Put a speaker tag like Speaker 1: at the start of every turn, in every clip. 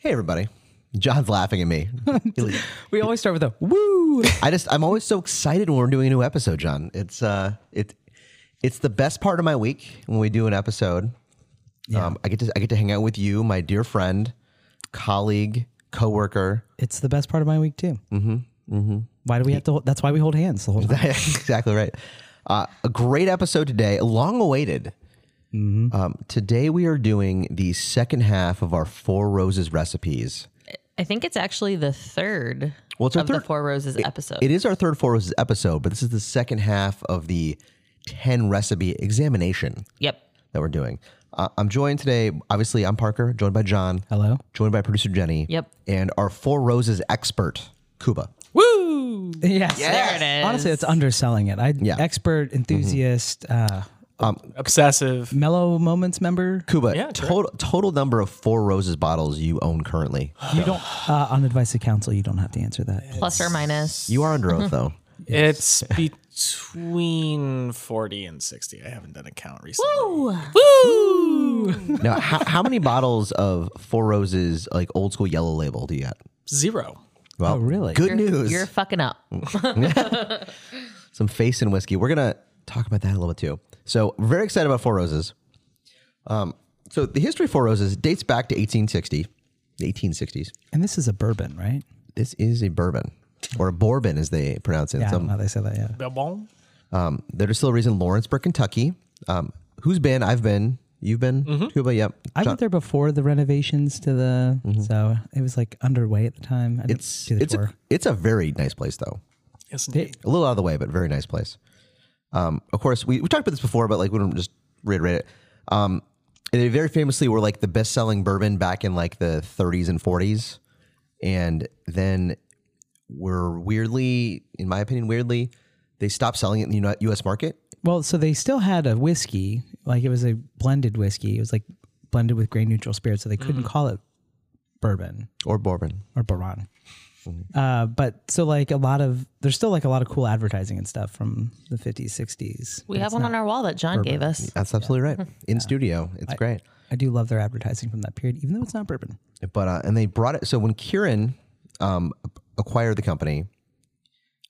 Speaker 1: Hey, everybody. John's laughing at me. He-
Speaker 2: We always start with a woo.
Speaker 1: I just I'm always so excited when we're doing a new episode, John. It's uh it it's the best part of my week when we do an episode. Um, I get to I get to hang out with you, my dear friend, colleague, coworker.
Speaker 2: It's the best part of my week too. Mm-hmm. Mm-hmm. Why do we have to? hold- That's why we hold hands the whole time.
Speaker 1: exactly right. Uh, a great episode today, long awaited. Um, today we are doing the second half of our Four Roses recipes.
Speaker 3: I think it's actually the third
Speaker 1: Well, it's our
Speaker 3: of the
Speaker 1: third-
Speaker 3: Four Roses episode.
Speaker 1: It is our third Four Roses episode, but this is the second half of the ten recipe examination.
Speaker 3: yep.
Speaker 1: that we're doing. Uh, I'm joined today, obviously, I'm Parker, joined by John.
Speaker 2: Hello.
Speaker 1: Joined by producer Jenny.
Speaker 3: Yep.
Speaker 1: And our Four Roses expert, Cuba.
Speaker 3: Woo!
Speaker 2: Yes.
Speaker 3: There it is.
Speaker 2: Honestly, it's underselling it. I expert enthusiast,
Speaker 1: Mm-hmm.
Speaker 2: uh,
Speaker 4: obsessive.
Speaker 2: mellow moments member.
Speaker 1: Cuba,
Speaker 4: Yeah, correct.
Speaker 1: total, total number of Four Roses bottles you own currently.
Speaker 2: You don't uh, on advice of counsel. You don't have to answer that.
Speaker 3: Plus or minus.
Speaker 1: You are under oath, though.
Speaker 4: It's between 40 and 60. I haven't done a count recently.
Speaker 1: Now, how, how many bottles of Four Roses, like old school yellow label, do you get?
Speaker 4: Zero.
Speaker 1: Well,
Speaker 2: Oh, really?
Speaker 1: Good
Speaker 3: you're,
Speaker 1: news. Mm,
Speaker 3: you're fucking up.
Speaker 1: some face and whiskey. We're gonna talk about that a little bit too. So very excited about Four Roses. Um, so the history of Four Roses dates back to 1860, the 1860s.
Speaker 2: And this is a bourbon, right?
Speaker 1: This is a bourbon or a bourbon, as they pronounce it. in
Speaker 2: Yeah. I don't
Speaker 1: Some,
Speaker 2: know how they say that. Yeah.
Speaker 4: Bourbon?
Speaker 1: the distillery's in Lawrenceburg, Kentucky. Um, who's been? I've been. You've been. Cuba. Yep.
Speaker 2: I went there before the renovations to the, so it was like underway at the time. I
Speaker 1: Mm-hmm.
Speaker 2: didn't
Speaker 1: It's
Speaker 2: do the
Speaker 1: it's
Speaker 2: tour.
Speaker 1: a, it's a very nice place though.
Speaker 4: Yes, indeed.
Speaker 1: a little out of the way, but very nice place. Um, of course, we, we talked about this before, but like we don't just reiterate it. Um, they very famously were like the best selling bourbon back in like the 30s and 40s, and then were weirdly, in my opinion, weirdly, they stopped selling it in the Uni- U.S. market.
Speaker 2: Well, so they still had a whiskey, like it was a blended whiskey. It was like blended with grain neutral spirits, so they couldn't call it bourbon
Speaker 1: Or bourbon.
Speaker 2: or baron. Uh, but so like a lot of there's still like a lot of cool advertising and stuff from the 50s, 60s.
Speaker 3: We have one on our wall that John gave us.
Speaker 1: That's absolutely right. In studio, it's great.
Speaker 2: I do love their advertising from that period, even though it's not bourbon.
Speaker 1: But uh, and they brought it. So when Kieran um, acquired the company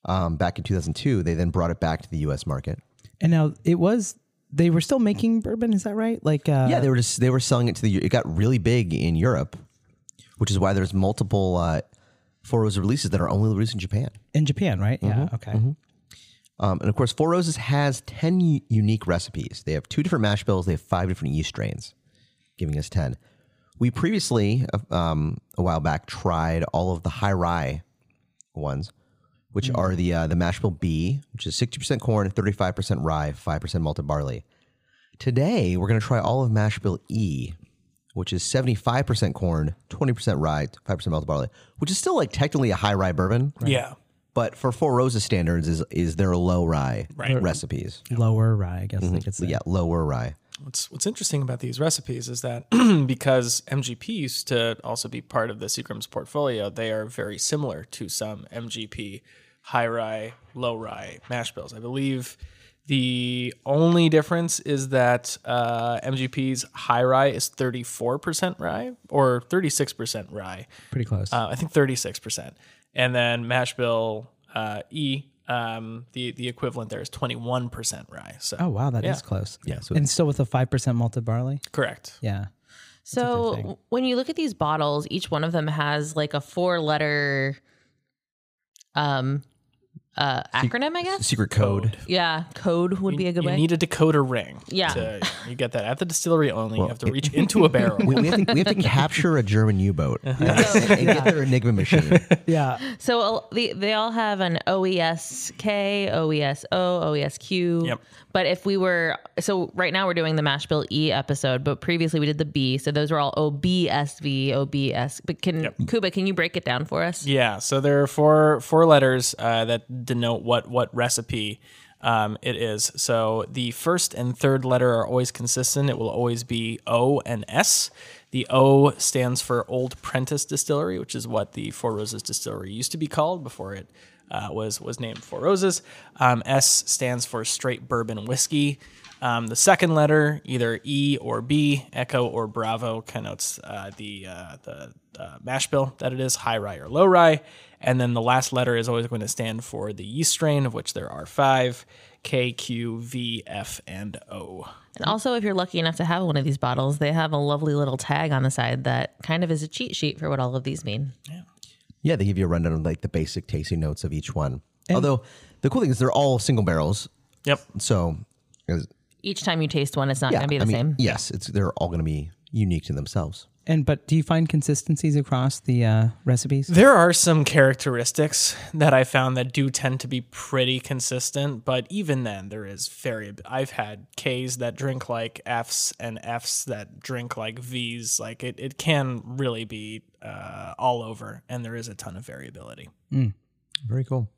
Speaker 1: um, back in 2002, they then brought it back to the U.S. market.
Speaker 2: And now it was they were still making bourbon, is that right? Like uh,
Speaker 1: Yeah, they were just they were selling it to the. It got really big in Europe, which is why there's multiple uh, Four Roses releases that are only released in Japan.
Speaker 2: in Japan, right? yeah, okay.
Speaker 1: Um, and of course, Four Roses has ten u- unique recipes. They have two different mash bills. They have five different yeast strains, giving us ten. We previously, uh, um, a while back, tried all of the high rye ones, which are the uh, the mash bill B, which is sixty percent corn, thirty five percent rye, five percent malted barley. Today, we're going to try all of mash bill E, which is seventy five percent corn, twenty percent rye, five percent malted barley, which is still like technically a high rye bourbon
Speaker 4: Yeah.
Speaker 1: but for Four Roses standards is is their low rye
Speaker 4: Right.
Speaker 1: recipes.
Speaker 2: Lower rye, I guess they could say.
Speaker 1: Yeah, lower rye.
Speaker 4: What's, what's interesting about these recipes is that because MGP used to also be part of the Seagram's portfolio, they are very similar to some MGP high rye, low rye mash bills. I believe the only difference is that uh, MGP's high rye is 34% rye or 36% rye.
Speaker 2: Pretty close.
Speaker 4: uh, I think 36%. And then mash bill uh, E, um, the, the equivalent there is 21% rye. So,
Speaker 2: oh wow, that is
Speaker 4: yeah.
Speaker 2: close.
Speaker 1: Yeah, so-
Speaker 2: and still with a five percent malted barley.
Speaker 4: correct.
Speaker 2: Yeah.
Speaker 3: So w- when you look at these bottles, each one of them has like a four letter um uh acronym, I guess.
Speaker 1: Secret code.
Speaker 3: Yeah. Code would be a good
Speaker 4: you
Speaker 3: way.
Speaker 4: need a decoder ring.
Speaker 3: Yeah.
Speaker 4: to- you get that at the distillery only. you have to reach into a barrel.
Speaker 1: We, we have to, we have to capture a German U boat and get their Enigma machine.
Speaker 2: Yeah.
Speaker 3: So uh, the, they all have an E OESK, OESO, OESQ.
Speaker 4: Yep.
Speaker 3: E But if we were, so right now we're doing the mash bill E episode, but previously we did the B. So those were all OBSV, OBS. But can, Kuba, can you break it down for us?
Speaker 4: Yeah, so there are four four letters uh, that denote what what recipe um, it is. So the first and third letter are always consistent. It will always be O and S. The O stands for Old Prentice Distillery, which is what the Four Roses Distillery used to be called before it uh, was was named Four Roses. Um, S stands for Straight Bourbon Whiskey. Um, the second letter, either E or B, Echo or Bravo, connotes uh, the uh, the uh, mash bill that it is, high rye or low rye. And then the last letter is always going to stand for the yeast strain, of which there are five K, Q, V, F, and O.
Speaker 3: And also, if you're lucky enough to have one of these bottles, they have a lovely little tag on the side that kind of is a cheat sheet for what all of these mean.
Speaker 1: Yeah, they give you a rundown of like the basic tasting notes of each one. Although the cool thing is they're all single barrels,
Speaker 4: Yep.
Speaker 1: so it's-
Speaker 3: Each time you taste one, it's not
Speaker 1: yeah,
Speaker 3: going to be the
Speaker 1: I mean,
Speaker 3: same.
Speaker 1: Yes, it's they're all going to be unique to themselves.
Speaker 2: And but do you find consistencies across the uh, recipes?
Speaker 4: There are some characteristics that I found that do tend to be pretty consistent, but even then, there is variab I've had Ks that drink like Fs and Fs that drink like Vs. Like it, it can really be uh, all over, and there is a ton of variability.
Speaker 1: Very cool.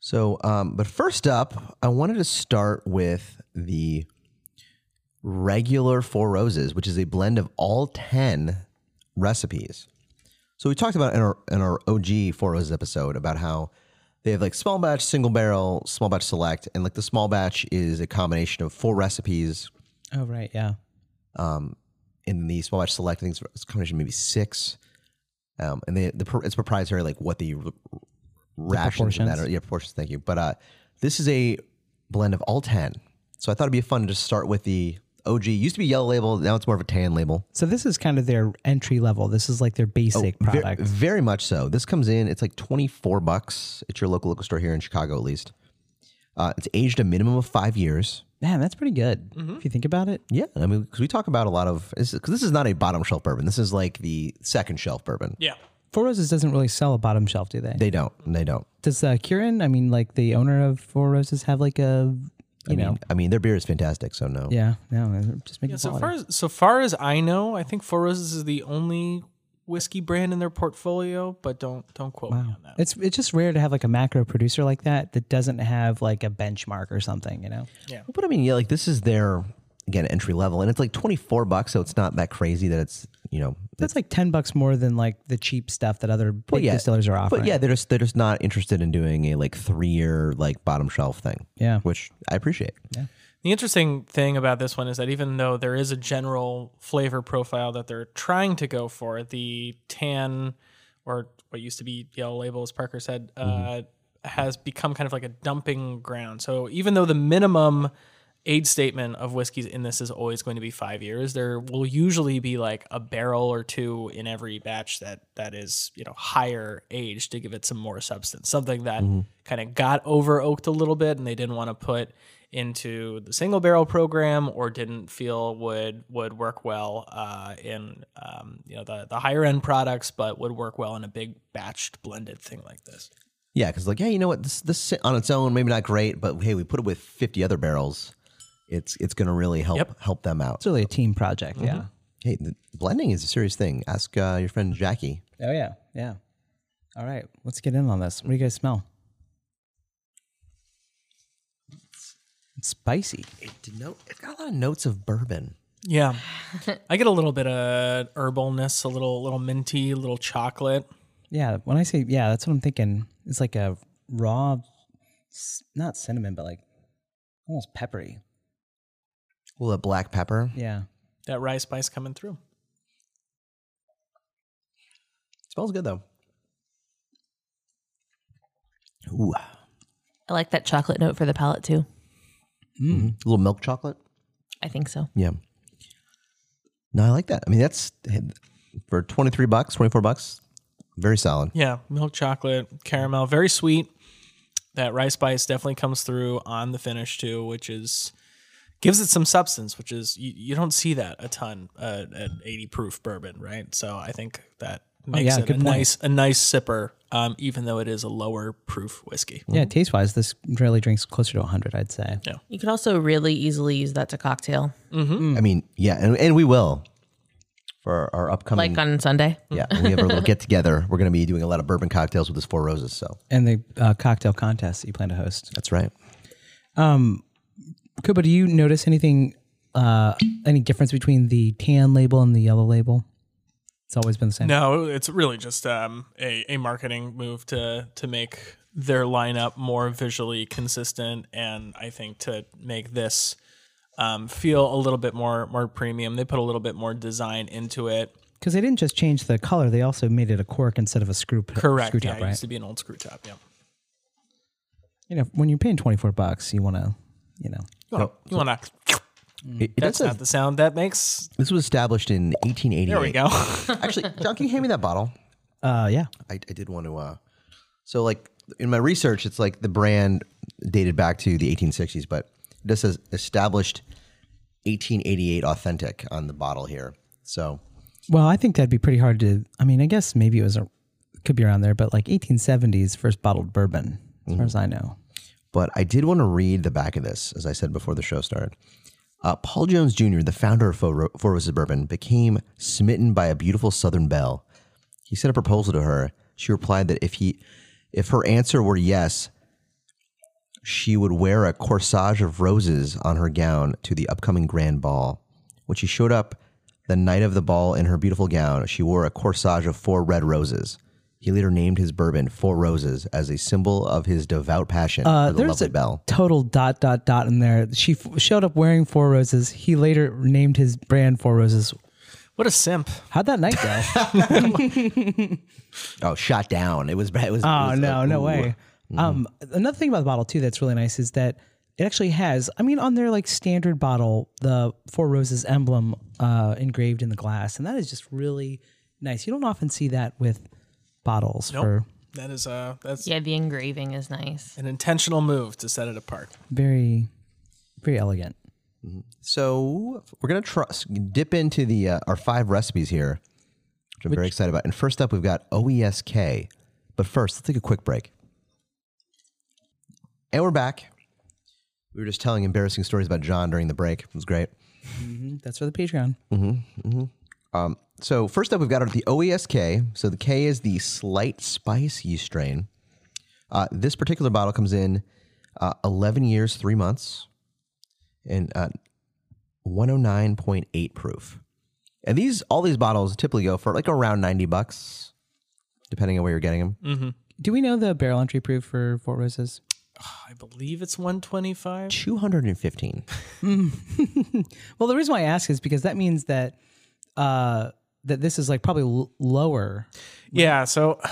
Speaker 1: So, um, but first up, I wanted to start with the regular Four Roses, which is a blend of all 10 recipes. So, we talked about in our, in our OG Four Roses episode about how they have like small batch, single barrel, small batch select, and like the small batch is a combination of four recipes,
Speaker 2: Oh right, yeah.
Speaker 1: and the small batch select, I think it's a combination of maybe six. Um, and they, the pro- it's proprietary, like what the r- rations and that
Speaker 2: proportions.
Speaker 1: are. Yeah, proportions. Thank you. But uh, this is a blend of all ten. So I thought it'd be fun to just start with the OG. Used to be yellow label, now it's more of a tan label.
Speaker 2: So this is kind of their entry level. This is like their basic
Speaker 1: Ver-
Speaker 2: product.
Speaker 1: very much so. This comes in. It's like twenty four bucks at your local liquor store here in Chicago, at least. Uh, it's aged a minimum of five years.
Speaker 2: Man, that's pretty good if you think about it.
Speaker 1: Yeah, I mean, because we talk about a lot of because this is not a bottom shelf bourbon. This is like the second shelf bourbon.
Speaker 4: Yeah.
Speaker 2: Four Roses doesn't really sell a bottom shelf, do they?
Speaker 1: They don't. They don't.
Speaker 2: Does uh, Kieran, I mean, like the owner of Four Roses, have like a, you know,
Speaker 1: I mean, their beer is fantastic, so no.
Speaker 2: yeah, no, they're just making
Speaker 4: Yeah, so
Speaker 2: quality.
Speaker 4: far as so far as I know, I think Four Roses is the only whiskey brand in their portfolio, but don't don't quote me on that.
Speaker 2: It's it's just rare to have like a macro producer like that that doesn't have like a benchmark or something, you know.
Speaker 1: But I mean, yeah, like this is their again entry level, and it's like twenty four bucks, so it's not that crazy that it's you know.
Speaker 2: That's like ten bucks more than like the cheap stuff that other big
Speaker 1: yeah,
Speaker 2: distillers are offering.
Speaker 1: But yeah, they're just they're just not interested in doing a like three year like bottom shelf thing.
Speaker 2: Yeah.
Speaker 1: which I appreciate.
Speaker 4: The interesting thing about this one is that even though there is a general flavor profile that they're trying to go for, the tan or what used to be yellow label, as Parker said, uh, has become kind of like a dumping ground. So even though the minimum age statement of whiskeys in this is always going to be five years, there will usually be like a barrel or two in every batch that that is you know higher age to give it some more substance. Something that kind of got over oaked a little bit, and they didn't want to put into the single barrel program or didn't feel would would work well uh, in um, you know the, the higher end products, but would work well in a big batched blended thing like this.
Speaker 1: Yeah, because like, hey, you know what? This this on its own maybe not great, but hey, we put it with fifty other barrels. It's it's going to really help
Speaker 4: Yep.
Speaker 1: help them out.
Speaker 2: it's really a team project. mm-hmm. Yeah.
Speaker 1: Hey, the blending is a serious thing. Ask uh, your friend Jackie.
Speaker 2: Oh yeah, yeah. All right, let's get in on this. What do you guys smell? It's spicy.
Speaker 1: It's got a lot of notes of bourbon.
Speaker 4: Yeah, I get a little bit of herbalness, a little little minty, a little chocolate.
Speaker 2: Yeah, when I say yeah, that's what I'm thinking. It's like a raw, s- not cinnamon, but like almost peppery.
Speaker 1: A little black pepper.
Speaker 2: Yeah.
Speaker 4: That rye spice coming through.
Speaker 1: Smells good though. Ooh, a
Speaker 3: I like that chocolate note for the palate too.
Speaker 1: little milk chocolate.
Speaker 3: I think so.
Speaker 1: Yeah. No, I like that. I mean, that's for twenty three bucks, twenty four bucks. Very solid.
Speaker 4: Yeah, milk chocolate, caramel, very sweet. That rice spice definitely comes through on the finish too, which is gives it some substance, which is you, you don't see that a ton uh, at 80 proof bourbon, right? So I think that makes
Speaker 2: Oh, yeah,
Speaker 4: it
Speaker 2: good
Speaker 4: a
Speaker 2: point.
Speaker 4: nice a nice sipper, um, even though it is a lower proof whiskey.
Speaker 2: Yeah, taste wise, this really drinks closer to 100, I'd say.
Speaker 3: You could also really easily use that to cocktail,
Speaker 1: I mean, yeah, and, and we will for our upcoming.
Speaker 3: like on Sunday.
Speaker 1: yeah, we have our little get together. We're going to be doing a lot of bourbon cocktails with this Four Roses. So
Speaker 2: And the uh, cocktail contest that you plan to host.
Speaker 1: that's right.
Speaker 2: Kuba, do you notice anything, uh, any difference between the tan label and the yellow label? It's always been the same.
Speaker 4: No, it's really just um, a, a marketing move to to make their lineup more visually consistent, and I think to make this um, feel a little bit more more premium. They put a little bit more design into it.
Speaker 2: Because they didn't just change the color; they also made it a cork instead of a screw.
Speaker 4: Correct.
Speaker 2: Screw
Speaker 4: yeah,
Speaker 2: top,
Speaker 4: it
Speaker 2: right?
Speaker 4: used to be an old screw top. Yeah.
Speaker 2: you know, when you're paying 24 bucks, you want to, you know,
Speaker 4: You wanna- You want to?
Speaker 1: It- it
Speaker 4: Oh. That's
Speaker 1: does-
Speaker 4: not the sound that makes.
Speaker 1: this was established in 1888.
Speaker 4: There we go.
Speaker 1: Actually, John, can you hand me that bottle?
Speaker 2: uh, yeah,
Speaker 1: I, I did want to. Uh, so, like in my research, it's like the brand dated back to the 1860s, but it just says established 1888 authentic on the bottle here. So,
Speaker 2: Well, I think that'd be pretty hard to. I mean, I guess maybe it was a, could be around there, but like 1870s first bottled bourbon, as
Speaker 1: Mm-hmm.
Speaker 2: far as I know.
Speaker 1: but I did want to read the back of this, as I said before the show started. Uh, Paul Jones Jr., the founder of Four Four Roses Bourbon, became smitten by a beautiful Southern belle. He sent a proposal to her. She replied that if he, if her answer were yes, she would wear a corsage of roses on her gown to the upcoming grand ball. When she showed up the night of the ball in her beautiful gown, she wore a corsage of four red roses. He later named his bourbon Four Roses as a symbol of his devout passion
Speaker 2: Uh,
Speaker 1: for the
Speaker 2: there's
Speaker 1: lovely
Speaker 2: a
Speaker 1: belle.
Speaker 2: total dot dot dot in there. She f- showed up wearing Four Roses. He later named his brand Four Roses.
Speaker 4: what a simp.
Speaker 2: How'd that night go?
Speaker 1: Oh, shot down! It was bad. It was, it
Speaker 2: oh
Speaker 1: was,
Speaker 2: no,
Speaker 1: uh,
Speaker 2: no
Speaker 1: ooh.
Speaker 2: way. Um, another thing about the bottle too that's really nice is that it actually has. I mean, on their like standard bottle, the Four Roses emblem uh, engraved in the glass, and that is just really nice. You don't often see that with bottles for
Speaker 4: That is uh that's
Speaker 3: Yeah, the engraving is nice.
Speaker 4: an intentional move to set it apart.
Speaker 2: very very elegant
Speaker 1: So we're gonna try, dip into the uh, our five recipes here, which I'm very excited about. And first up, we've got OESK. But first, let's take a quick break. And we're back. We were just telling embarrassing stories about John during the break. It was great.
Speaker 2: that's for the patreon
Speaker 1: So first up, we've got the OESK. So the K is the slight spice yeast strain. Uh, this particular bottle comes in uh, 11 years, three months, and uh, 109.8 proof. And these, all these bottles typically go for like around 90 bucks, depending on where you're getting them.
Speaker 4: Mm.
Speaker 2: do we know the barrel entry proof for fort roses
Speaker 4: I believe it's 125.
Speaker 1: 215.
Speaker 2: well the reason why i ask is because that means that uh that this is like probably l- lower
Speaker 4: Yeah, so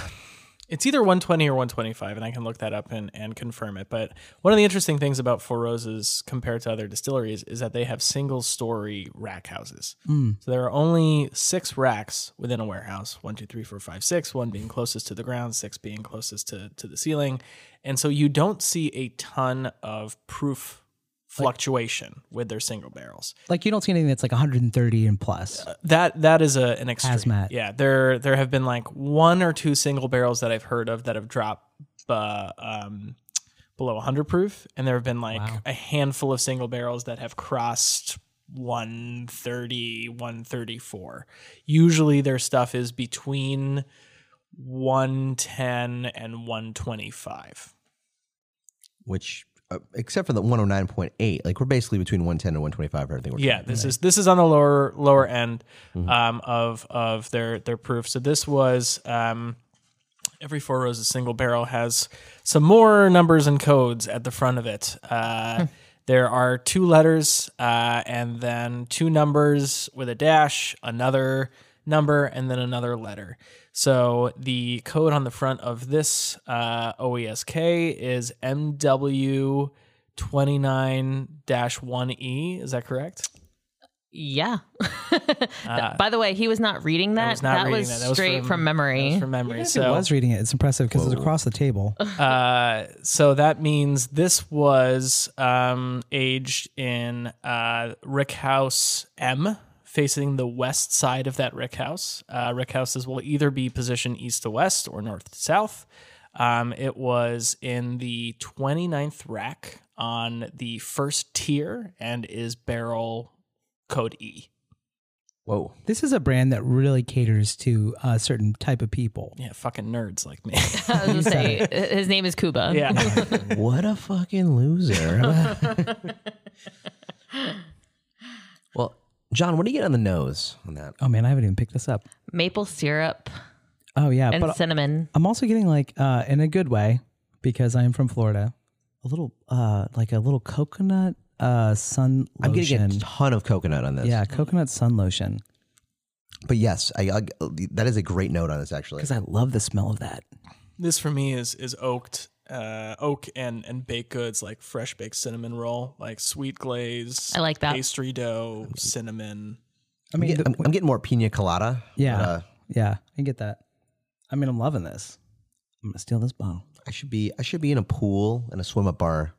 Speaker 4: it's either 120 or 125, and I can look that up and, and confirm it. But one of the interesting things about Four Roses compared to other distilleries is that they have single story rack houses. So there are only six racks within a warehouse one, two, three, four, five, six, one being closest to the ground, six being closest to, to the ceiling. And so you don't see a ton of proof fluctuation with their single barrels.
Speaker 2: like you don't see anything that's like 130 and plus
Speaker 4: That that is a an extreme.
Speaker 2: Hazmat.
Speaker 4: Yeah, there there have been like one or two single barrels that I've heard of that have dropped uh, um, below 100 proof, and there have been like a handful of single barrels that have crossed 130, 134. Usually their stuff is between 110 and 125.
Speaker 1: Which, uh, except for the 109.8, like we're basically between 110 and 125. Everything. We're
Speaker 4: Yeah, this is this is on the lower lower end um, of of their their proof. So this was um, every Four Roses single barrel has some more numbers and codes at the front of it.
Speaker 3: Hmm.
Speaker 4: Uh, there are two letters uh, and then two numbers with a dash, another number, and then another letter. So the code on the front of this uh, OESK is MW. 29-1E, E. is that correct?
Speaker 3: Yeah. By the way, he was not reading that.
Speaker 4: Ah. was not
Speaker 3: that,
Speaker 4: reading
Speaker 3: was
Speaker 4: that. That was
Speaker 3: straight
Speaker 4: from-
Speaker 3: from,
Speaker 4: That
Speaker 3: memory.
Speaker 4: was from memory.
Speaker 2: I
Speaker 4: So,
Speaker 2: was reading it it's impressive because it's across the table
Speaker 4: uh, so that means this was um, aged in uh, Rick House M, facing the west side of that Rick House. Uh, Rick Houses will either be positioned east to west or north to south. Um, it was in the 29th rack on the first tier and is barrel code E.
Speaker 1: Whoa.
Speaker 2: this is a brand that really caters to a certain type of people
Speaker 4: Yeah, fucking nerds like me.
Speaker 3: I was gonna say, his name is Cuba.
Speaker 4: yeah.
Speaker 1: what a fucking loser. well, John, what do you get on the nose on that?
Speaker 2: oh man i haven't even picked this up
Speaker 3: Maple syrup
Speaker 2: oh
Speaker 4: Uh,
Speaker 2: yeah
Speaker 3: and
Speaker 2: but
Speaker 3: cinnamon.
Speaker 2: I'm also getting like uh, in a good way because I am from Florida. A little uh, like a little coconut uh, sun lotion.
Speaker 1: I'm getting a ton of coconut on this.
Speaker 2: yeah, coconut sun lotion
Speaker 1: But yes, I, I, that is a great note on this actually.
Speaker 2: because I love the smell of that.
Speaker 4: This for me is is oaked, uh, oak and and baked goods like fresh baked cinnamon roll, like sweet glaze.
Speaker 3: I like that.
Speaker 4: pastry dough, cinnamon.
Speaker 2: I mean, the-
Speaker 1: I'm, I'm getting more pina colada.
Speaker 2: yeah,
Speaker 1: Uh,
Speaker 2: yeah, I get that. I mean, I'm loving this. I'm gonna steal this bottle.
Speaker 1: I should be I should be in a pool and a swim up bar.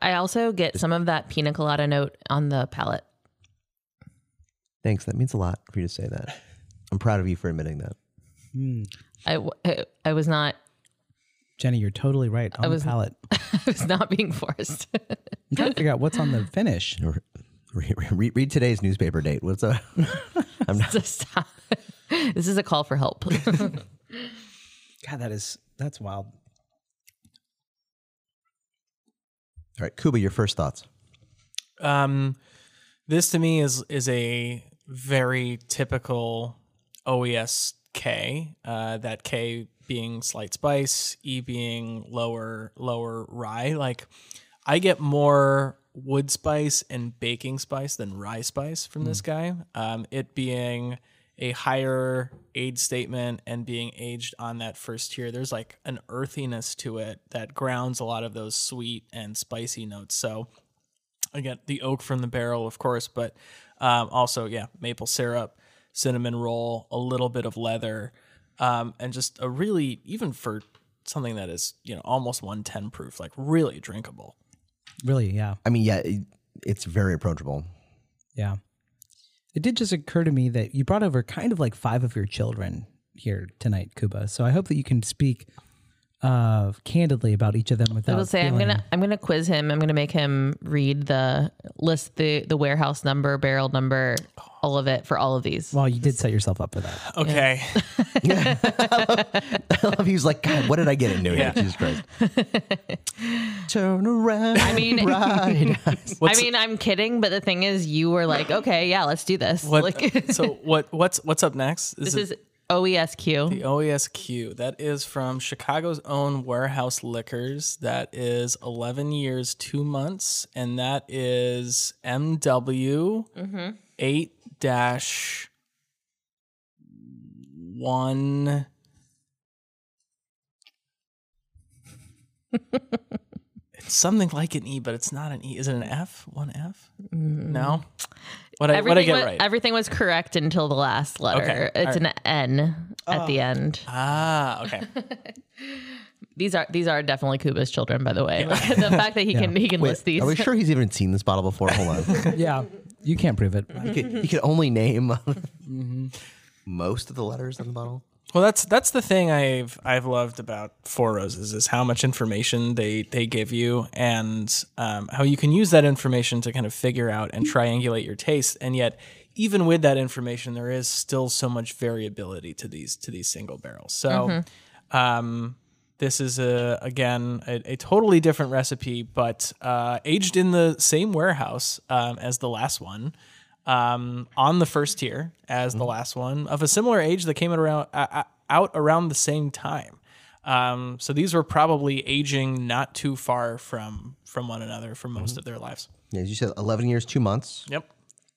Speaker 3: I also get some of that pina colada note on the palate.
Speaker 1: Thanks. That means a lot for you to say that. I'm proud of you for admitting that.
Speaker 3: I, w- I- I was not
Speaker 2: Jenny, you're totally right on
Speaker 3: was-
Speaker 2: the palate.
Speaker 3: I was not being forced.
Speaker 2: I'm trying to figure out what's on the finish.
Speaker 1: Re- re- re- read, today's newspaper date. What's up?
Speaker 3: So stop. This is a call for help.
Speaker 2: God, that is that's wild.
Speaker 1: All right, Kuba, your first thoughts.
Speaker 4: Um, this to me is is a very typical OES K. Uh, that K being slight spice, E being lower lower rye. Like I get more wood spice and baking spice than rye spice from this guy. Um, it being a higher age statement and being aged on that first tier, there's like an earthiness to it that grounds a lot of those sweet and spicy notes. So again the oak from the barrel of course but um, also yeah maple syrup cinnamon roll a little bit of leather um, and just a really even for something that is you know almost 110 proof like really drinkable
Speaker 2: Really, yeah,
Speaker 1: I mean, yeah, it, it's very approachable.
Speaker 2: yeah. It did just occur to me that you brought over kind of like five of your children here tonight, Kuba. So I hope that you can speak uh, candidly about each of them without.
Speaker 3: It'll say I'm
Speaker 2: feeling-
Speaker 3: gonna I'm gonna quiz him. I'm gonna make him read the list the the warehouse number, barrel number, all of it for all of these.
Speaker 2: Well, you did set yourself up for that.
Speaker 4: okay
Speaker 1: I love he was like, God, what did I get into here? Jesus Christ. Turn around. I
Speaker 3: mean-
Speaker 1: ride.
Speaker 3: I mean, I'm kidding, but the thing is, you were like, okay, yeah, let's do this.
Speaker 4: what,
Speaker 3: like,
Speaker 4: so what what's what's up next
Speaker 3: this is E OESQ.
Speaker 4: The OESQ. That is from Chicago's own Warehouse Liquors. That is 11 years, two months. And that is MW 8 dash 1. It's something like an E, but it's not an E. Is it an F? One F? No. What I, what I
Speaker 3: Everything,
Speaker 4: get
Speaker 3: was,
Speaker 4: right?
Speaker 3: everything was correct until the last letter.
Speaker 4: Okay,
Speaker 3: It's an N at the end.
Speaker 4: ah, okay.
Speaker 3: These are these are definitely Kuba's children, by the way. Like, the fact that he can he can list these.
Speaker 1: Are we sure he's even seen this bottle before? Hold on.
Speaker 2: yeah, you can't prove it.
Speaker 1: he, could, he could only name Mm-hmm. most of the letters on the bottle.
Speaker 4: Well, that's that's the thing I've I've loved about Four Roses is how much information they they give you and um, how you can use that information to kind of figure out and triangulate your taste. And yet, even with that information, there is still so much variability to these to these single barrels. So. Um, this is a again a, a totally different recipe, but uh, aged in the same warehouse um, as the last one, um, on the first tier as the last one of a similar age that came out around uh, uh, out around the same time. Um, so these were probably aging not too far from from one another for most of their lives.
Speaker 1: Yeah, As you said, 11 years, two months.
Speaker 4: Mm-hmm. Yep.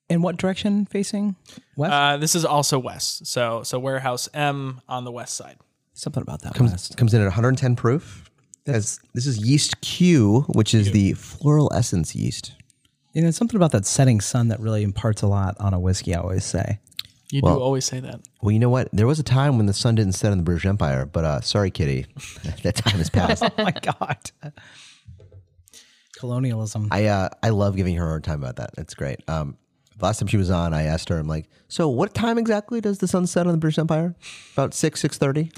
Speaker 2: In what direction facing west?
Speaker 4: Uh, this is also west, so so warehouse M on the west side.
Speaker 2: Something about that
Speaker 1: comes,
Speaker 2: west.
Speaker 1: comes in at 110 proof. As this is yeast Q, which is the floral essence yeast.
Speaker 2: You know, something about that setting sun that really imparts a lot on a whiskey. I always say.
Speaker 4: You do always say that.
Speaker 1: Well, you know what? There was a time when the sun didn't set in the British Empire, but uh, sorry, Kitty, that time has passed.
Speaker 2: oh my god. Colonialism.
Speaker 1: I uh, I love giving her a hard time about that. It's great. Um, the last time she was on, I asked her, I'm like, so what time exactly does the sun set on the British Empire? About six, six thirty.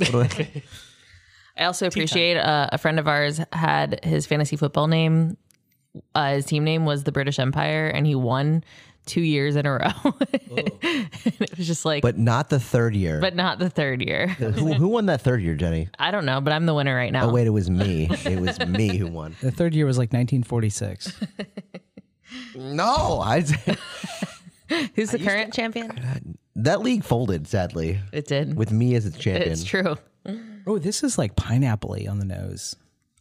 Speaker 3: I also appreciate uh, a friend of ours had his fantasy football name. Uh, his team name was the British Empire, and he won two years in a row. it was just like, but,
Speaker 1: but not the third year.
Speaker 3: not the third year.
Speaker 1: who, who won that third year, Jenny?
Speaker 3: I don't know, but I'm the winner right now.
Speaker 1: Oh wait, it was me. It was me who won.
Speaker 2: The third year was like 1946.
Speaker 1: No, I
Speaker 3: Who's the current champion?
Speaker 1: that league folded sadly
Speaker 3: It did.
Speaker 1: with me as its champion.
Speaker 3: it's true.
Speaker 2: oh, this is like pineapple on the nose.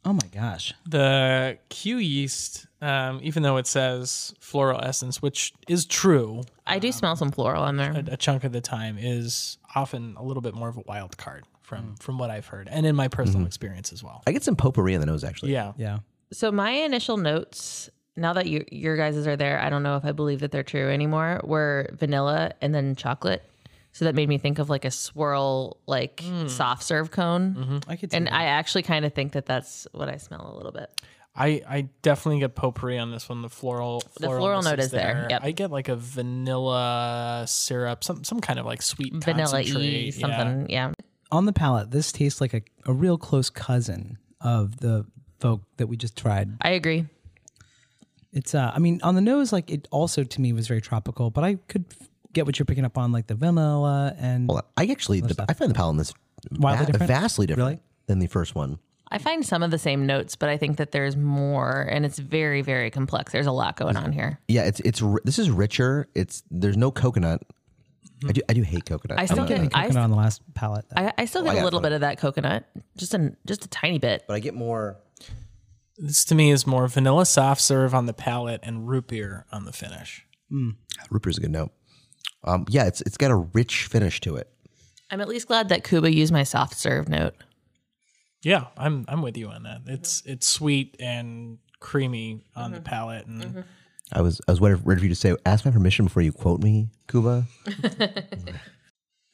Speaker 2: Oh my gosh.
Speaker 4: The Q yeast um, even though it says floral essence, which is true
Speaker 3: I do smell some floral on there.
Speaker 4: a chunk of the time, is often a little bit more of a wild card from
Speaker 3: Mm.
Speaker 4: from what I've heard and in my personal
Speaker 3: Mm-hmm.
Speaker 4: experience as well.
Speaker 1: I get some potpourri on the nose actually.
Speaker 4: Yeah.
Speaker 2: Yeah.
Speaker 3: So my initial notes, now that you, your guys are there, I don't know if I believe that they're true anymore. Were vanilla and then chocolate. So that made me think of like a swirl, like soft serve cone.
Speaker 2: I could see
Speaker 3: And I actually kind of think that that's what I smell a little bit.
Speaker 4: I, I definitely get potpourri on this one. The floral,
Speaker 3: The floral note is there, yep.
Speaker 4: I get like a vanilla syrup, some some kind of like sweet
Speaker 3: Vanilla
Speaker 4: concentrate,
Speaker 3: y something. Yeah.
Speaker 2: on the palate, this tastes like a, a real close cousin of the folk that we just tried.
Speaker 3: I agree.
Speaker 2: It's uh I mean on the nose like it also to me was very tropical, but I could f- get what you're picking up on like the vanilla and
Speaker 1: Hold on. I actually the, I find the palate in this
Speaker 2: Wildly different?
Speaker 1: vastly different
Speaker 2: Really?
Speaker 1: than the first one.
Speaker 3: I find some of the same notes, but I think that there's more and it's very, very complex. There's a lot going on here.
Speaker 1: Yeah, it's it's ri- this is richer. It's there's no coconut. I do I do hate coconut.
Speaker 3: I
Speaker 1: I'm
Speaker 3: still
Speaker 1: not-
Speaker 3: get I,
Speaker 2: coconut on the last palate.
Speaker 3: I, I still get a
Speaker 1: Oh, got
Speaker 3: little
Speaker 1: some.
Speaker 3: bit of that coconut. Just a just a tiny bit.
Speaker 1: but I get more
Speaker 4: This to me is more vanilla soft serve on the palate and root beer on the finish.
Speaker 1: Rupert's a good note. Um, yeah, it's it's got a rich finish to it.
Speaker 3: I'm at least glad that Cuba used my soft serve note.
Speaker 4: Yeah, I'm I'm with you on that. It's
Speaker 3: Mm-hmm.
Speaker 4: it's sweet and creamy on the palate and
Speaker 3: Mm-hmm.
Speaker 1: I was I was waiting for ready for you to say, ask my permission before you quote me, Cuba.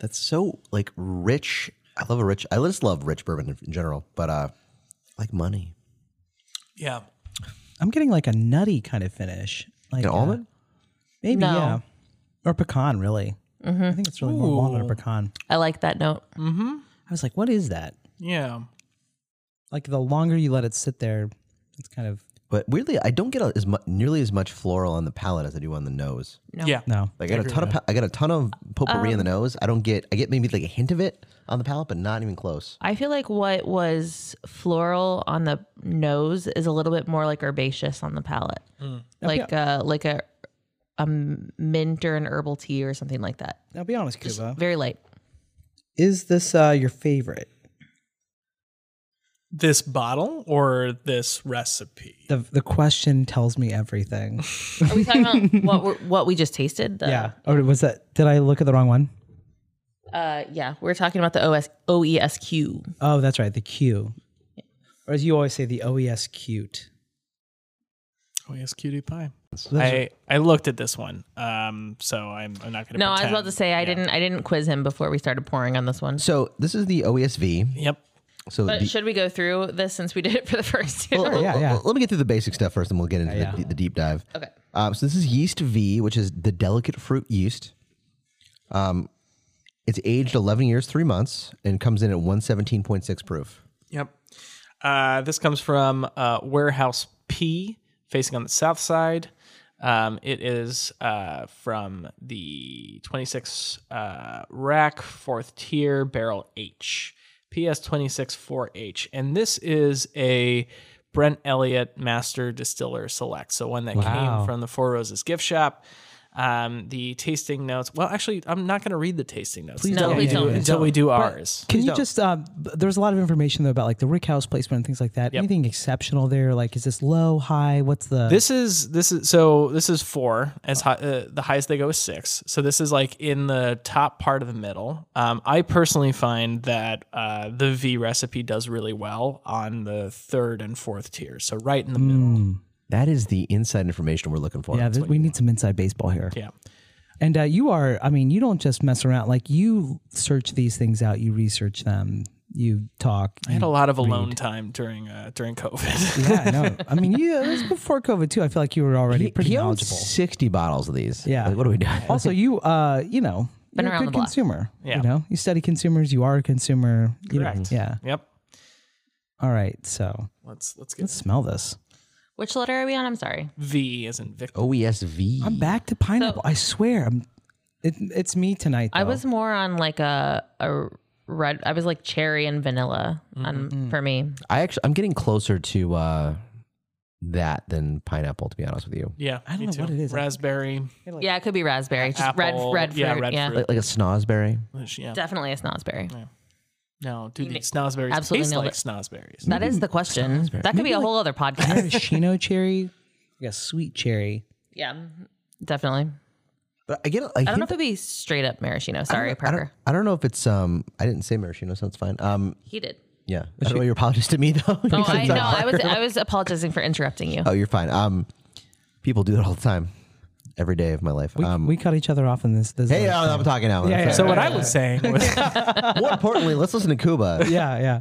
Speaker 1: That's so like rich. I love a rich. I just love rich bourbon in- in general, but uh, I like money.
Speaker 4: yeah.
Speaker 2: I'm getting like a nutty kind of finish. Like
Speaker 1: An
Speaker 2: uh,
Speaker 1: almond?
Speaker 2: Maybe
Speaker 3: No. Mm-hmm.
Speaker 2: yeah. Or pecan really. I think it's really more walnut or pecan.
Speaker 3: I like that note.
Speaker 2: I was like, what is that?
Speaker 4: Yeah.
Speaker 2: Like the longer you let it sit there, it's kind of
Speaker 1: But weirdly, I don't get a, as mu- nearly as much floral on the palate as I do on the nose.
Speaker 3: No.
Speaker 4: Yeah.
Speaker 2: no.
Speaker 1: Like I got a ton of pa- I got a ton of potpourri in the nose. I don't get I get maybe like a hint of it on the palate, but not even close.
Speaker 3: I feel like what was floral on the nose is a little bit more like herbaceous on the palate, like uh, like a a mint or an herbal tea or something like that.
Speaker 2: Now be honest, Cuba.
Speaker 3: Very light.
Speaker 2: Is this uh your favorite?
Speaker 4: This bottle or this recipe?
Speaker 2: The the question tells me everything.
Speaker 3: Are we talking about what we're, what we just tasted? The-
Speaker 2: yeah. Or Oh, was that did I look at the wrong one?
Speaker 3: Uh, yeah, we're talking about the OS OESQ.
Speaker 2: Oh, that's right, the Q. Or as you always say, the OES cute.
Speaker 4: Oh yes, cutie pie.
Speaker 2: those
Speaker 4: I, I looked at this one, um, so I'm, I'm not gonna.
Speaker 3: No, I was
Speaker 4: pretend.
Speaker 3: about to say I
Speaker 4: Yeah.
Speaker 3: didn't I didn't quiz him before we started pouring on this one.
Speaker 1: So this is the OESV.
Speaker 4: Yep.
Speaker 1: So
Speaker 3: But
Speaker 1: the-
Speaker 3: should we go through this since we did it for the first two?
Speaker 1: Well,
Speaker 2: yeah,
Speaker 1: well,
Speaker 2: yeah.
Speaker 1: well, Let me get through the basic stuff first, and we'll get into
Speaker 2: Yeah,
Speaker 1: the,
Speaker 2: yeah.
Speaker 1: the deep dive.
Speaker 3: Okay.
Speaker 1: Um, so this is yeast V, which is the delicate fruit yeast. Um, it's aged 11 years, three months, and comes in at 117.6 proof.
Speaker 4: Yep. Uh, this comes from uh, Warehouse P, facing on the south side. Um, it is uh, from the 26 uh, rack, fourth tier, barrel H, PS 26 4H. And this is a Brent Elliott Master Distiller Select. So one that
Speaker 2: Wow.
Speaker 4: came from the Four Roses gift shop. Um, the tasting notes. Well, actually, I'm not going to read the tasting notes
Speaker 3: No,
Speaker 4: until,
Speaker 3: don't.
Speaker 4: we,
Speaker 3: please
Speaker 4: do,
Speaker 3: don't.
Speaker 4: until we do ours.
Speaker 2: Can you just? Uh, b- there's a lot of information though about like the Rickhouse placement and things like that. Anything exceptional there? Like, is this low, high? What's the?
Speaker 4: This is this is so this is four as high, uh, the highest they go is six. So this is like in the top part of the middle. Um, I personally find that uh, the V recipe does really well on the third and fourth tier. So right in the
Speaker 2: Mm.
Speaker 4: middle.
Speaker 1: That is the inside information we're looking for.
Speaker 2: yeah, th- we need some inside baseball here.
Speaker 4: Yeah.
Speaker 2: And uh, you are, I mean, you don't just mess around. Like you search these things out, you research them, you talk.
Speaker 4: I had a lot of alone time during uh, during COVID.
Speaker 2: yeah, no. I mean, you. It was before COVID too. I feel like you were already pretty
Speaker 1: he owns
Speaker 2: knowledgeable.
Speaker 1: 60 bottles of these.
Speaker 2: Yeah.
Speaker 1: Like, what are we doing?
Speaker 2: Also, you, uh, you know,
Speaker 3: Been
Speaker 2: you're a
Speaker 3: around
Speaker 2: good
Speaker 3: the block.
Speaker 2: consumer.
Speaker 4: Yeah.
Speaker 2: You know, you study consumers. You are a consumer. You know,
Speaker 4: Correct.
Speaker 2: yeah.
Speaker 4: yep.
Speaker 2: All right. So
Speaker 4: Let's let's
Speaker 2: let's
Speaker 4: get
Speaker 2: smell this.
Speaker 3: Which letter are we on? I'm sorry.
Speaker 4: V as in Victor.
Speaker 1: E OESV.
Speaker 2: I'm back to pineapple. I swear, I'm. It, it's me tonight.
Speaker 3: I
Speaker 2: though.
Speaker 3: was more on like a a red. I was like cherry and vanilla on for me.
Speaker 1: I actually, I'm getting closer to uh, that than pineapple, to be honest with you.
Speaker 4: Yeah,
Speaker 2: I don't
Speaker 4: me
Speaker 2: know
Speaker 4: too.
Speaker 2: what it is. I-
Speaker 4: Raspberry,
Speaker 3: yeah, it could be raspberry. Just
Speaker 4: apple,
Speaker 3: red red fruit.
Speaker 4: yeah,
Speaker 3: Yeah,
Speaker 4: red fruit.
Speaker 1: Like, like a snosberry.
Speaker 4: yeah.
Speaker 3: Definitely a snozzberry.
Speaker 4: No, do these snozzberries
Speaker 3: absolutely
Speaker 4: taste
Speaker 3: nailed
Speaker 4: like
Speaker 3: it.
Speaker 4: snozzberries?
Speaker 3: That is the question. That could be a whole other podcast.
Speaker 2: maraschino cherry. like a sweet cherry.
Speaker 3: Yeah, definitely.
Speaker 1: But I get. I,
Speaker 3: I don't know if it'd be straight up maraschino. Sorry,
Speaker 1: I don't,
Speaker 3: Parker.
Speaker 1: I don't know if it's. Um, I didn't say maraschino, so it's fine. Um,
Speaker 3: He did.
Speaker 1: yeah, I don't know. You're apologizing to me though.
Speaker 3: Oh, I know. I was I was apologizing for interrupting you.
Speaker 1: Oh, you're fine. Um, people do that all the time, every day of my life.
Speaker 2: We,
Speaker 1: um,
Speaker 2: we cut each other off in this. this
Speaker 1: hey,
Speaker 2: yeah,
Speaker 1: uh, I'm talking now.
Speaker 2: yeah.
Speaker 4: So what I was saying was
Speaker 1: More importantly, let's listen to Cuba.
Speaker 2: yeah, yeah.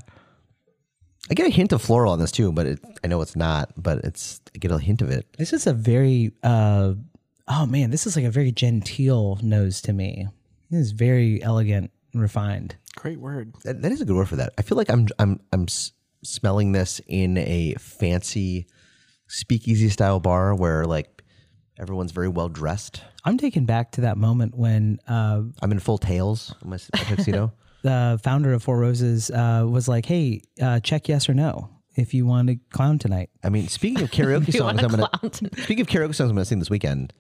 Speaker 1: I get a hint of floral on this too, but it, I know it's not. But it's I get a hint of it.
Speaker 2: This is a very. uh Oh man, this is like a very genteel nose to me. It is very elegant and refined.
Speaker 4: great word.
Speaker 1: That, that is a good word for that. I feel like I'm I'm I'm s- smelling this in a fancy speakeasy style bar where like everyone's very well dressed.
Speaker 2: I'm taken back to that moment when uh,
Speaker 1: I'm in full tails, my, s- my tuxedo.
Speaker 2: the founder of Four Roses uh, was like, "Hey, uh, check yes or no if you want to clown tonight."
Speaker 1: I mean, speaking of karaoke
Speaker 3: You
Speaker 1: songs,
Speaker 3: want to
Speaker 1: I'm gonna
Speaker 3: clown?
Speaker 1: speaking of karaoke songs, I'm gonna sing this weekend.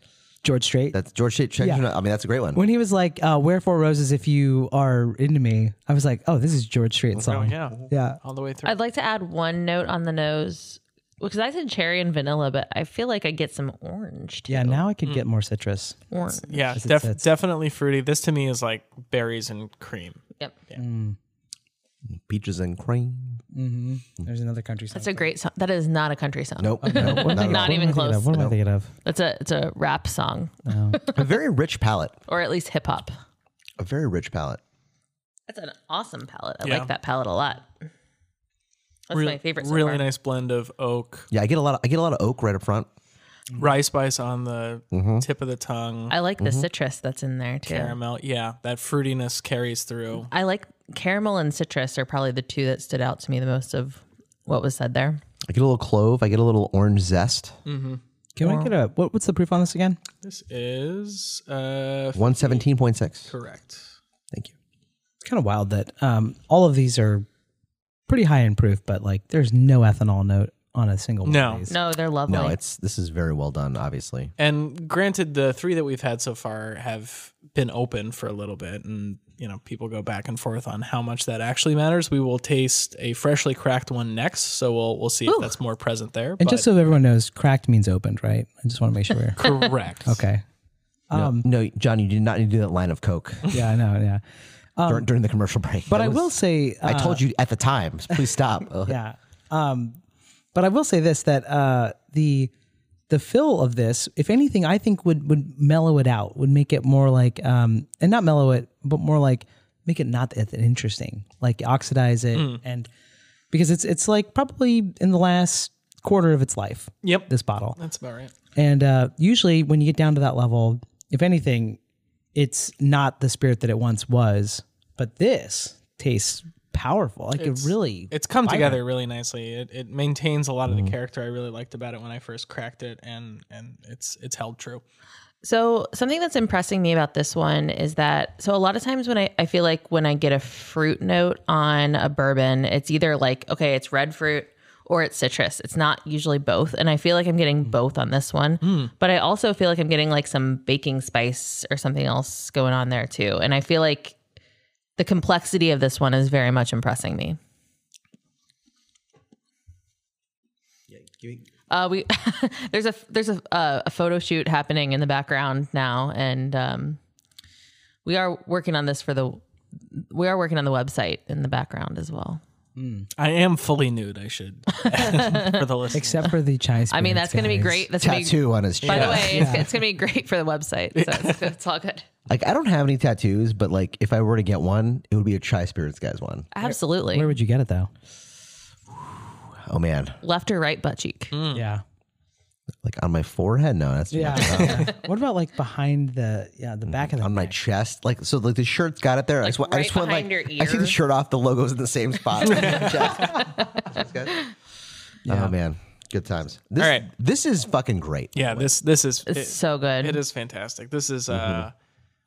Speaker 2: George Strait.
Speaker 1: That's George Strait. Check
Speaker 2: Yeah.
Speaker 1: Your Note. I mean, that's a great one.
Speaker 2: when he was like, uh, "Wear four roses if you are into me," I was like, "Oh, this is George Strait's
Speaker 4: Oh
Speaker 2: song."
Speaker 4: yeah,
Speaker 2: yeah.
Speaker 4: all the way through.
Speaker 3: I'd like to add one note on the nose because I said cherry and vanilla, but I feel like I get some orange too.
Speaker 2: Yeah, Now I could
Speaker 3: Hmm.
Speaker 2: get more citrus.
Speaker 3: orange.
Speaker 4: yeah,
Speaker 2: Yes, it
Speaker 4: def-
Speaker 2: sits.
Speaker 4: definitely fruity. This to me is like berries and cream.
Speaker 3: Yep.
Speaker 1: Peaches and cream.
Speaker 2: Mm-hmm. There's another country song.
Speaker 3: That's a great song. That is not a country song.
Speaker 1: Nope, no, not at
Speaker 3: Not
Speaker 1: all.
Speaker 3: even
Speaker 2: What am I thinking
Speaker 3: close.
Speaker 2: of? What am I thinking of?
Speaker 3: That's a it's a rap song,
Speaker 1: A very rich palette.
Speaker 3: or at least hip hop.
Speaker 1: A very rich palette.
Speaker 3: That's an awesome palette. I
Speaker 4: Yeah.
Speaker 3: like that palette a lot. That's
Speaker 4: Re-
Speaker 3: my favorite. So
Speaker 4: really
Speaker 3: far.
Speaker 4: nice blend of oak,
Speaker 1: Yeah, I get a lot. Of, I get a lot of oak right up front.
Speaker 2: Mm-hmm.
Speaker 4: rye spice on the tip of the tongue,
Speaker 3: I like the citrus that's in there too.
Speaker 4: Mm-hmm. caramel. Yeah, that fruitiness carries through.
Speaker 3: I like caramel and citrus are probably the two that stood out to me the most of what was said there.
Speaker 1: I get a little clove. I get a little orange zest.
Speaker 3: Mm.
Speaker 2: Can I get a what, what's the proof on this again?
Speaker 4: This is uh
Speaker 1: One seventeen point six.
Speaker 4: correct.
Speaker 1: Thank you.
Speaker 2: It's kind of wild that um, all of these are pretty high in proof, but like there's no ethanol note on a single one.
Speaker 4: No.
Speaker 2: of these.
Speaker 3: No, they're lovely.
Speaker 1: No, it's this is very well done. Obviously,
Speaker 4: And granted, the three that we've had so far have been open for a little bit, and you know people go back and forth on how much that actually matters. We will taste a freshly cracked one next, so we'll we'll see if that's more present there.
Speaker 2: And just so everyone knows, cracked means opened, right? I just want to make sure we're
Speaker 4: correct.
Speaker 2: okay.
Speaker 1: no,
Speaker 2: Um,
Speaker 1: no, John, you did not need to do that line of coke
Speaker 2: Yeah, I know. Yeah,
Speaker 1: during, during the commercial break.
Speaker 2: Um, but I will say, uh,
Speaker 1: I told you at the time. Please stop. Ugh.
Speaker 2: yeah. Um, but I will say this that uh, the the fill of this, if anything, I think would would mellow it out, would make it more like um, and not mellow it, but more like make it not that interesting, like oxidize it
Speaker 1: Mm.
Speaker 2: and because it's it's like probably in the last quarter of its life,
Speaker 4: Yep,
Speaker 2: this bottle.
Speaker 4: that's about right.
Speaker 2: And uh, usually, when you get down to that level, if anything, it's not the spirit that it once was. But this tastes powerful. Like it really,
Speaker 4: It's come together really nicely. It, it maintains a lot of the character I really liked about it when I first cracked it, and and it's it's held true.
Speaker 3: So something that's impressing me about this one is that so a lot of times when I, I feel like when I get a fruit note on a bourbon, it's either like, okay, it's red fruit or it's citrus. It's not usually both. And I feel like I'm getting both on this one. But I also feel like I'm getting like some baking spice or something else going on there too. And I feel like the complexity of this one is very much impressing me. Uh, we there's a there's a uh, a photo shoot happening in the background now, and um, we are working on this for the we are working on the website in the background as well.
Speaker 4: I am fully nude. I should for the listeners.
Speaker 2: except for the Chinese.
Speaker 3: I mean, that's going to be great. That's gonna be-
Speaker 1: Tattoo on his chin.
Speaker 3: by the way, it's, it's going to be great for the website. So it's, it's all good.
Speaker 1: like I don't have any tattoos, but like if I were to get one, it would be a Chai Spirits guys one.
Speaker 3: Absolutely,
Speaker 2: Where would you get it though?
Speaker 1: Oh man,
Speaker 3: left or right butt cheek.
Speaker 2: Yeah,
Speaker 1: like on my forehead. No, that's
Speaker 2: yeah. what about like behind the yeah the back of the
Speaker 1: on my chest. Like so, like the shirt's got it there. I just, wa- I
Speaker 3: right
Speaker 1: just want like
Speaker 3: behind your
Speaker 1: I see the
Speaker 3: ear.
Speaker 1: shirt off. The logo's in the same spot. on my chest. That's good. Oh man, good times. This,
Speaker 4: All right.
Speaker 1: this is fucking great.
Speaker 4: Yeah, this this is
Speaker 3: It's
Speaker 4: it-
Speaker 3: so good.
Speaker 4: It is fantastic. This is uh,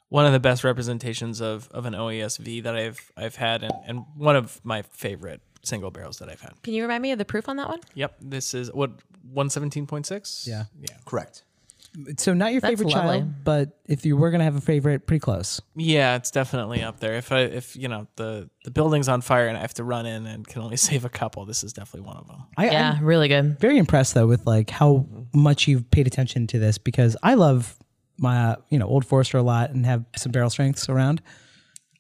Speaker 4: one of the best representations of of an OESV that I've I've had, and, and one of my favorite single barrels that I've had.
Speaker 3: Can you remind me of the proof on that one?
Speaker 4: Yep, this is what one seventeen point six.
Speaker 2: Yeah.
Speaker 4: yeah.
Speaker 1: Correct.
Speaker 2: So not your
Speaker 3: That's
Speaker 2: favorite
Speaker 3: lovely.
Speaker 2: child, but if you were gonna have a favorite, pretty close.
Speaker 4: Yeah, it's definitely up there. If I if you know the the building's on fire and I have to run in and can only save a couple, this is definitely one of them.
Speaker 2: I, I'm
Speaker 3: Yeah, really good.
Speaker 2: very impressed though with like how much you've paid attention to this because I love my uh, you know Old Forester a lot and have some barrel strengths around.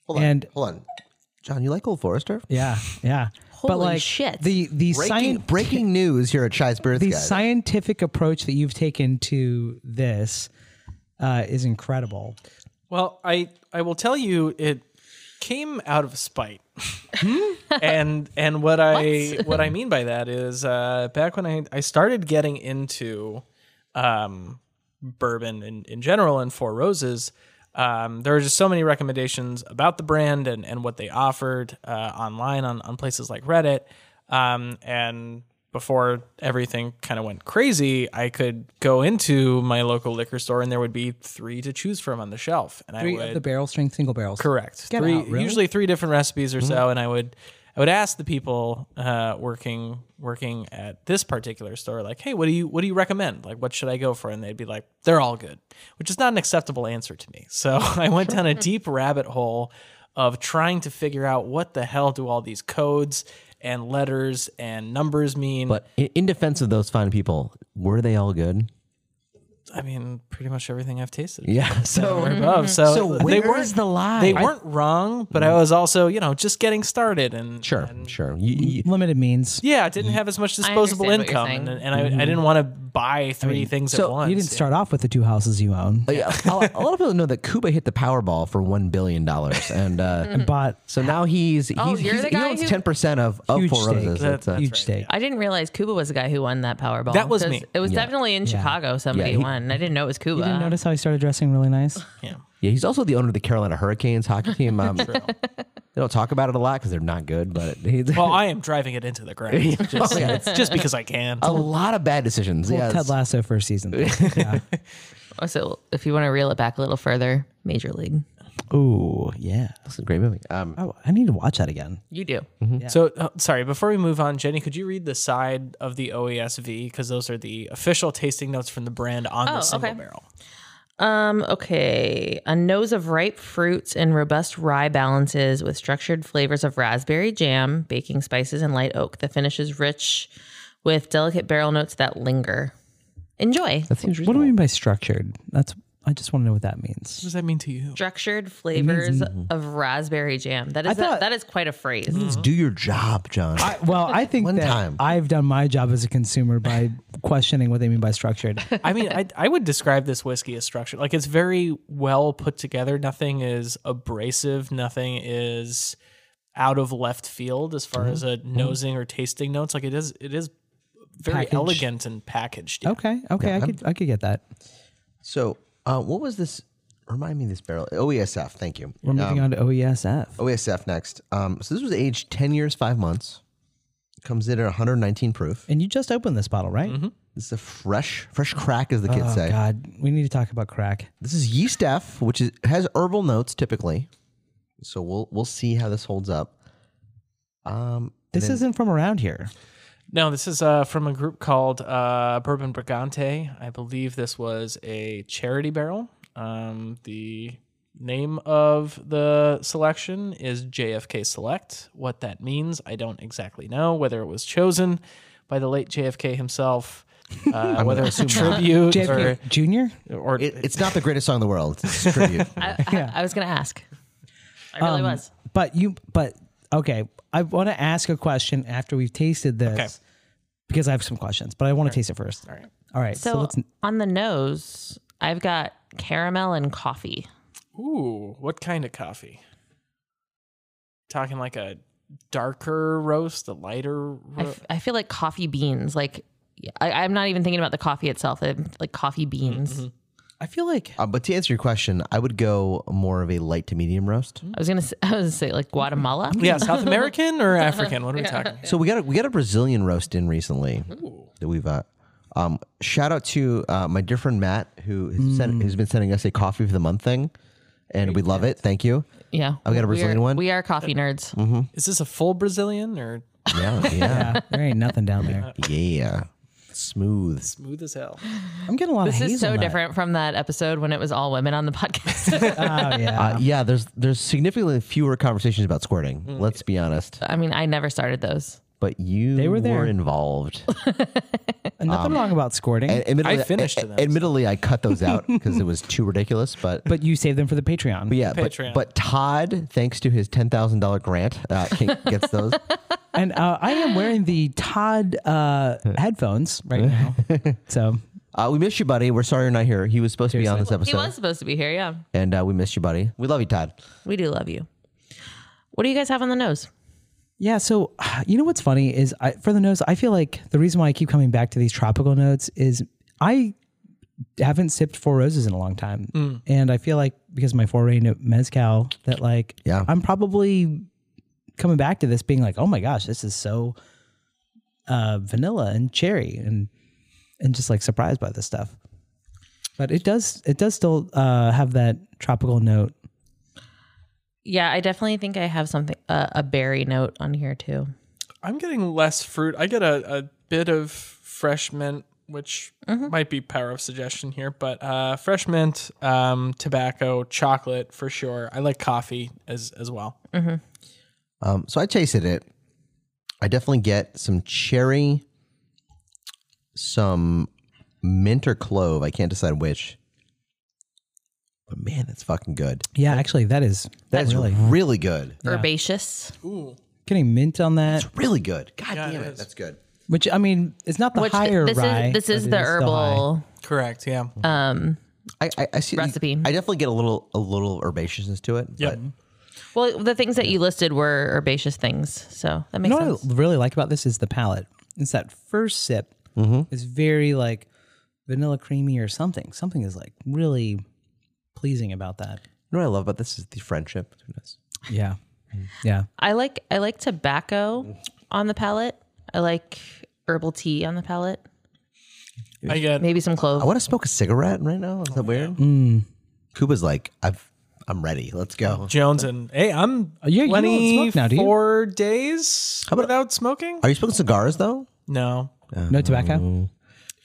Speaker 1: Hold on.
Speaker 2: And-
Speaker 1: hold on. John, you like Old Forester?
Speaker 2: Yeah, yeah.
Speaker 3: Holy
Speaker 2: but like
Speaker 3: shit.
Speaker 2: the the
Speaker 1: Breaking,
Speaker 2: science
Speaker 1: breaking news here at Chai's Birth
Speaker 2: the
Speaker 1: Guide.
Speaker 2: scientific approach that you've taken to this uh, is incredible.
Speaker 4: Well, I I will tell you it came out of spite. and and what I what I mean by that is uh, back when I I started getting into um, bourbon in, in general and Four Roses, um, there were just so many recommendations about the brand and, and what they offered uh, online on, on places like Reddit. Um, and before everything kind of went crazy, I could go into my local liquor store and there would be three to choose from on the shelf. And
Speaker 2: Three
Speaker 4: I would
Speaker 2: of the barrel strength single barrels.
Speaker 4: Correct.
Speaker 2: Get
Speaker 4: three,
Speaker 2: out, really?
Speaker 4: Usually three different recipes or
Speaker 1: Mm-hmm.
Speaker 4: so, and I would I would ask the people uh, working working at this particular store, like, hey, what do you what do you recommend? Like, what should I go for? And they'd be like, they're all good, which is not an acceptable answer to me. So I went down a deep rabbit hole of trying to figure out what the hell do all these codes and letters and numbers mean.
Speaker 1: but in, in defense of those fine people, were they all good?
Speaker 4: I mean, pretty much everything I've tasted.
Speaker 1: Yeah. So
Speaker 4: or above. So,
Speaker 1: So
Speaker 4: they
Speaker 1: where
Speaker 4: weren't
Speaker 1: is the lie?
Speaker 4: They weren't wrong, but I was also, you know, just getting started and
Speaker 1: sure,
Speaker 4: and-
Speaker 1: sure. You, you,
Speaker 2: Limited means.
Speaker 4: yeah, I didn't have as much disposable
Speaker 3: Mm-hmm. understand what you're
Speaker 4: income, and,
Speaker 3: saying. Mm-hmm.
Speaker 4: and I, I didn't want to buy three things at once.
Speaker 2: you didn't start off with the two houses you own.
Speaker 1: oh, yeah, a, lot- a lot of people know that Cuba hit the Powerball for one billion dollars, and uh,
Speaker 2: But
Speaker 1: so now he's he's,
Speaker 3: Oh, you're
Speaker 1: he's
Speaker 3: the
Speaker 1: he
Speaker 3: guy
Speaker 1: owns
Speaker 3: who-
Speaker 1: ten percent of of
Speaker 2: Huge
Speaker 1: Four
Speaker 2: stake.
Speaker 1: Roses.
Speaker 4: That's-
Speaker 1: It's, uh,
Speaker 2: huge
Speaker 4: right,
Speaker 2: stake.
Speaker 3: I didn't realize Cuba was the guy who won that Powerball.
Speaker 4: That was
Speaker 3: 'Cause
Speaker 4: me.
Speaker 3: It was definitely in Chicago. Somebody
Speaker 1: Yeah, he-
Speaker 3: won. I didn't know it was Cuba.
Speaker 2: You didn't notice how he started dressing really nice.
Speaker 4: Yeah.
Speaker 1: yeah, he's also the owner of the Carolina Hurricanes hockey team. Um, they don't talk about it a lot because they're not good, but he's
Speaker 4: Well, I am driving it into the ground
Speaker 2: Oh,
Speaker 4: just, just because I can.
Speaker 1: a lot of bad decisions.
Speaker 2: Well,
Speaker 1: Yeah,
Speaker 2: Ted Lasso first season. yeah.
Speaker 3: Oh, So if you want to reel it back a little further, Major League.
Speaker 2: Ooh, yeah.
Speaker 1: it's a great movie. Um,
Speaker 2: Oh, I need to watch that again.
Speaker 3: You do.
Speaker 4: So, uh, sorry, before we move on, Jenny, could you read the side of the E OESV? Because those are the official tasting notes from the brand on
Speaker 3: Oh,
Speaker 4: the single
Speaker 3: okay.
Speaker 4: barrel.
Speaker 3: Um, okay. A nose of ripe fruits and robust rye balances with structured flavors of raspberry jam, baking spices, and light oak. The finish is rich with delicate barrel notes that linger. Enjoy.
Speaker 1: that seems
Speaker 2: What
Speaker 1: reasonable.
Speaker 2: do we mean by structured? That's I just want to know what that means.
Speaker 4: What does that mean to you?
Speaker 3: Structured flavors of raspberry jam. That is
Speaker 2: thought- Mm-hmm.
Speaker 3: that is quite a phrase.
Speaker 1: Just do your job, John.
Speaker 2: I, well, I think
Speaker 1: One
Speaker 2: that
Speaker 1: time.
Speaker 2: I've done my job as a consumer by questioning what they mean by structured.
Speaker 4: I mean, I, I would describe this whiskey as structured. Like it's very well put together. Nothing is abrasive. Nothing is out of left field as far as a nosing or tasting notes. Like it is, it is very
Speaker 2: Packaged.
Speaker 4: elegant and packaged. yeah.
Speaker 2: Okay, okay, I could I could get that.
Speaker 1: so, uh, what was this? Remind me of this barrel. OESF. Thank you. Uh,
Speaker 2: We're moving on to E OESF.
Speaker 1: OESF next. Um, so this was aged 10 years, five months. Comes in at 119 proof.
Speaker 2: And you just opened this bottle, right?
Speaker 1: This is a fresh, fresh crack, as the kids
Speaker 2: Oh
Speaker 1: say.
Speaker 2: God, we need to talk about crack.
Speaker 1: This is yeast F, which is, has herbal notes typically. So we'll we'll see how this holds up. Um,
Speaker 2: This isn't from around here.
Speaker 4: No, this is uh, from a group called uh, Bourbon Brigante. I believe this was a charity barrel. Um, the name of the selection is JFK Select. What that means, I don't exactly know. Whether it was chosen by the late JFK himself, uh, whether it's a tribute
Speaker 2: JFK Junior.
Speaker 4: or, or
Speaker 1: it, it's not the greatest song in the world. It's a tribute.
Speaker 3: I, I, I was gonna ask. I really
Speaker 2: Um,
Speaker 3: was.
Speaker 2: But you, but okay. I want to ask a question after we've tasted this
Speaker 4: Okay.
Speaker 2: because I have some questions. But I want to taste it first. All
Speaker 4: right.
Speaker 2: All right. So,
Speaker 3: So,
Speaker 2: let's.
Speaker 3: on the nose, I've got caramel and coffee.
Speaker 4: ooh, what kind of coffee? Talking like a darker roast, a lighter.
Speaker 3: I,
Speaker 4: Ro-
Speaker 3: f- I feel like coffee beans. Like I, I'm not even thinking about the coffee itself. I'm like coffee beans.
Speaker 2: I feel like
Speaker 1: uh, but to answer your question, I would go more of a light to medium roast.
Speaker 3: I was gonna. Say, I was gonna say like Guatemala.
Speaker 4: yeah, South American or African? What are we talking?
Speaker 1: So we got a, we got a Brazilian roast in recently that we've uh, um shout out to uh, my dear friend Matt who has sent, who's been sending us a coffee for the month thing, and we love it. Thank you.
Speaker 3: Yeah,
Speaker 1: I've got a Brazilian
Speaker 3: we are,
Speaker 1: one.
Speaker 3: We are coffee nerds.
Speaker 4: Is this a full Brazilian or
Speaker 1: Yeah, yeah,
Speaker 2: yeah, there ain't nothing down there.
Speaker 1: yeah. Smooth.
Speaker 4: Smooth as hell.
Speaker 2: I'm getting a lot
Speaker 3: This
Speaker 2: of
Speaker 3: is so
Speaker 2: hazelnut.
Speaker 3: different from that episode when it was all women on the podcast.
Speaker 2: Oh yeah.
Speaker 1: Uh, yeah, there's there's significantly fewer conversations about squirting. Let's be honest.
Speaker 3: I mean, I never started those.
Speaker 1: But you
Speaker 2: They were
Speaker 1: were,
Speaker 2: there.
Speaker 1: involved. Um,
Speaker 2: And nothing wrong about squirting,
Speaker 1: And admittedly,
Speaker 4: finished them, so-
Speaker 1: Admittedly, I cut those out because it was too ridiculous. But,
Speaker 2: but you save them for the Patreon.
Speaker 1: yeah, but,
Speaker 4: Patreon.
Speaker 1: but Todd, thanks to his ten thousand dollar grant, uh, can, gets those.
Speaker 2: And uh, I am wearing the Todd uh, headphones right now. So
Speaker 1: Uh, we miss you, buddy. We're sorry you're not here. He was supposed to be on this episode,
Speaker 3: He was supposed to be here. Yeah.
Speaker 1: and uh, we missed you, buddy. We love you, Todd.
Speaker 3: We do love you. What do you guys have on the nose?
Speaker 2: yeah, so you know what's funny is I, for the notes, I feel like the reason why I keep coming back to these tropical notes is I haven't sipped four roses in a long time, and I feel like because of my foray into mezcal that like
Speaker 1: Yeah.
Speaker 2: I'm probably coming back to this being like oh my gosh this is so uh, vanilla and cherry and and just like surprised by this stuff. But it does it does still uh, have that tropical note.
Speaker 3: Yeah, I definitely think I have something uh, a berry note on here too.
Speaker 4: I'm getting less fruit. I get a, a bit of fresh mint, which
Speaker 2: Mm-hmm.
Speaker 4: might be power of suggestion here, but uh, fresh mint, um, tobacco, chocolate for sure. I like coffee as as well.
Speaker 1: Um, so I tasted it. I definitely get some cherry, some mint or clove. I can't decide which. But man, that's fucking good.
Speaker 2: Yeah, actually, that is
Speaker 1: That is
Speaker 2: really
Speaker 1: really, good.
Speaker 3: Herbaceous,
Speaker 4: Ooh,
Speaker 2: getting mint on that.
Speaker 1: Really good. God
Speaker 4: Yeah,
Speaker 1: damn
Speaker 4: it
Speaker 1: it,
Speaker 4: is.
Speaker 1: that's good.
Speaker 2: Which I mean, it's not the
Speaker 3: which th-
Speaker 2: higher
Speaker 3: this
Speaker 2: rye.
Speaker 3: is this is
Speaker 2: but
Speaker 3: the
Speaker 2: it still
Speaker 3: herbal.
Speaker 4: correct. Yeah,
Speaker 2: Uh,
Speaker 1: I, I, I see
Speaker 3: Recipe.
Speaker 1: I definitely get a little a little herbaceousness to it.
Speaker 4: Yep.
Speaker 3: Well, the things that you listed were herbaceous things, so that
Speaker 2: high. You
Speaker 3: makes
Speaker 2: know
Speaker 3: sense.
Speaker 2: what I really like about this is the palate. It's that first sip is very like vanilla creamy or something. Something is like really pleasing about that.
Speaker 1: You know what I love about this is the friendship between us.
Speaker 2: Yeah, yeah.
Speaker 3: I like I like tobacco on the palate. I like herbal tea on the palate.
Speaker 4: I get
Speaker 3: Maybe some clove.
Speaker 1: I want to smoke a cigarette right now. Is that weird?
Speaker 3: Mm.
Speaker 1: Cuba's like, I've I'm ready. Let's go.
Speaker 4: Jones and hey, I'm
Speaker 2: yeah, you don't
Speaker 4: twenty
Speaker 2: smoke now, do you?
Speaker 4: four days without smoking.
Speaker 1: Are you smoking cigars though?
Speaker 4: No,
Speaker 2: No tobacco.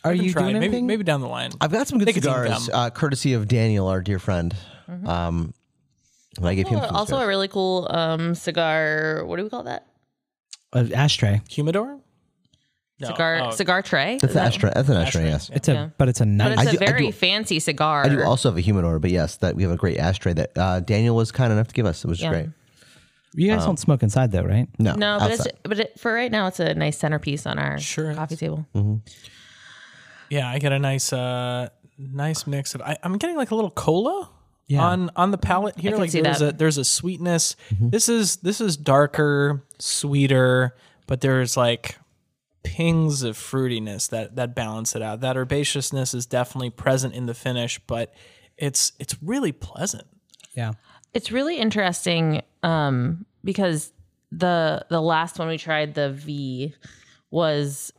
Speaker 2: Are you
Speaker 4: Try.
Speaker 2: doing
Speaker 4: maybe
Speaker 2: anything?
Speaker 4: maybe down the line.
Speaker 1: I've got some good
Speaker 4: Nicotine
Speaker 1: cigars,
Speaker 4: gum.
Speaker 1: uh, courtesy of Daniel, our dear friend. Um, but I gave him some
Speaker 3: Mm-hmm. Oh, also
Speaker 1: cigars.
Speaker 3: a really cool um, cigar. What do we call that?
Speaker 2: An Uh, ashtray.
Speaker 4: Humidor. No.
Speaker 3: Cigar
Speaker 4: Oh,
Speaker 3: cigar tray.
Speaker 1: That's
Speaker 3: Is
Speaker 1: an
Speaker 3: that-
Speaker 1: ashtray. That's an ashtray. Yes,
Speaker 2: It's a but it's a
Speaker 3: but
Speaker 2: nice.
Speaker 3: it's a
Speaker 1: do- I
Speaker 3: very
Speaker 1: do-
Speaker 3: fancy cigar.
Speaker 1: I do also have a humidor, but yes, that we have a great ashtray that uh, Daniel was kind enough to give us. It was
Speaker 3: Yeah.
Speaker 1: great.
Speaker 2: you guys don't smoke inside though, right?
Speaker 1: No,
Speaker 3: No, but it's,
Speaker 1: outside.
Speaker 3: but it, for right now, it's a nice centerpiece on our
Speaker 4: Sure is.
Speaker 3: coffee table.
Speaker 4: Yeah, I get a nice uh nice mix of I, I'm getting like a little cola
Speaker 2: Yeah.
Speaker 4: on on the palate here.
Speaker 3: can
Speaker 4: Like
Speaker 3: see
Speaker 4: there's
Speaker 3: that. Mm-hmm.
Speaker 4: a there's a sweetness. This is this is darker, sweeter, but there's like pings of fruitiness that that balance it out. That herbaceousness is definitely present in the finish, but it's it's really pleasant.
Speaker 2: Yeah.
Speaker 3: It's really interesting um, because the the last one we tried, the V, was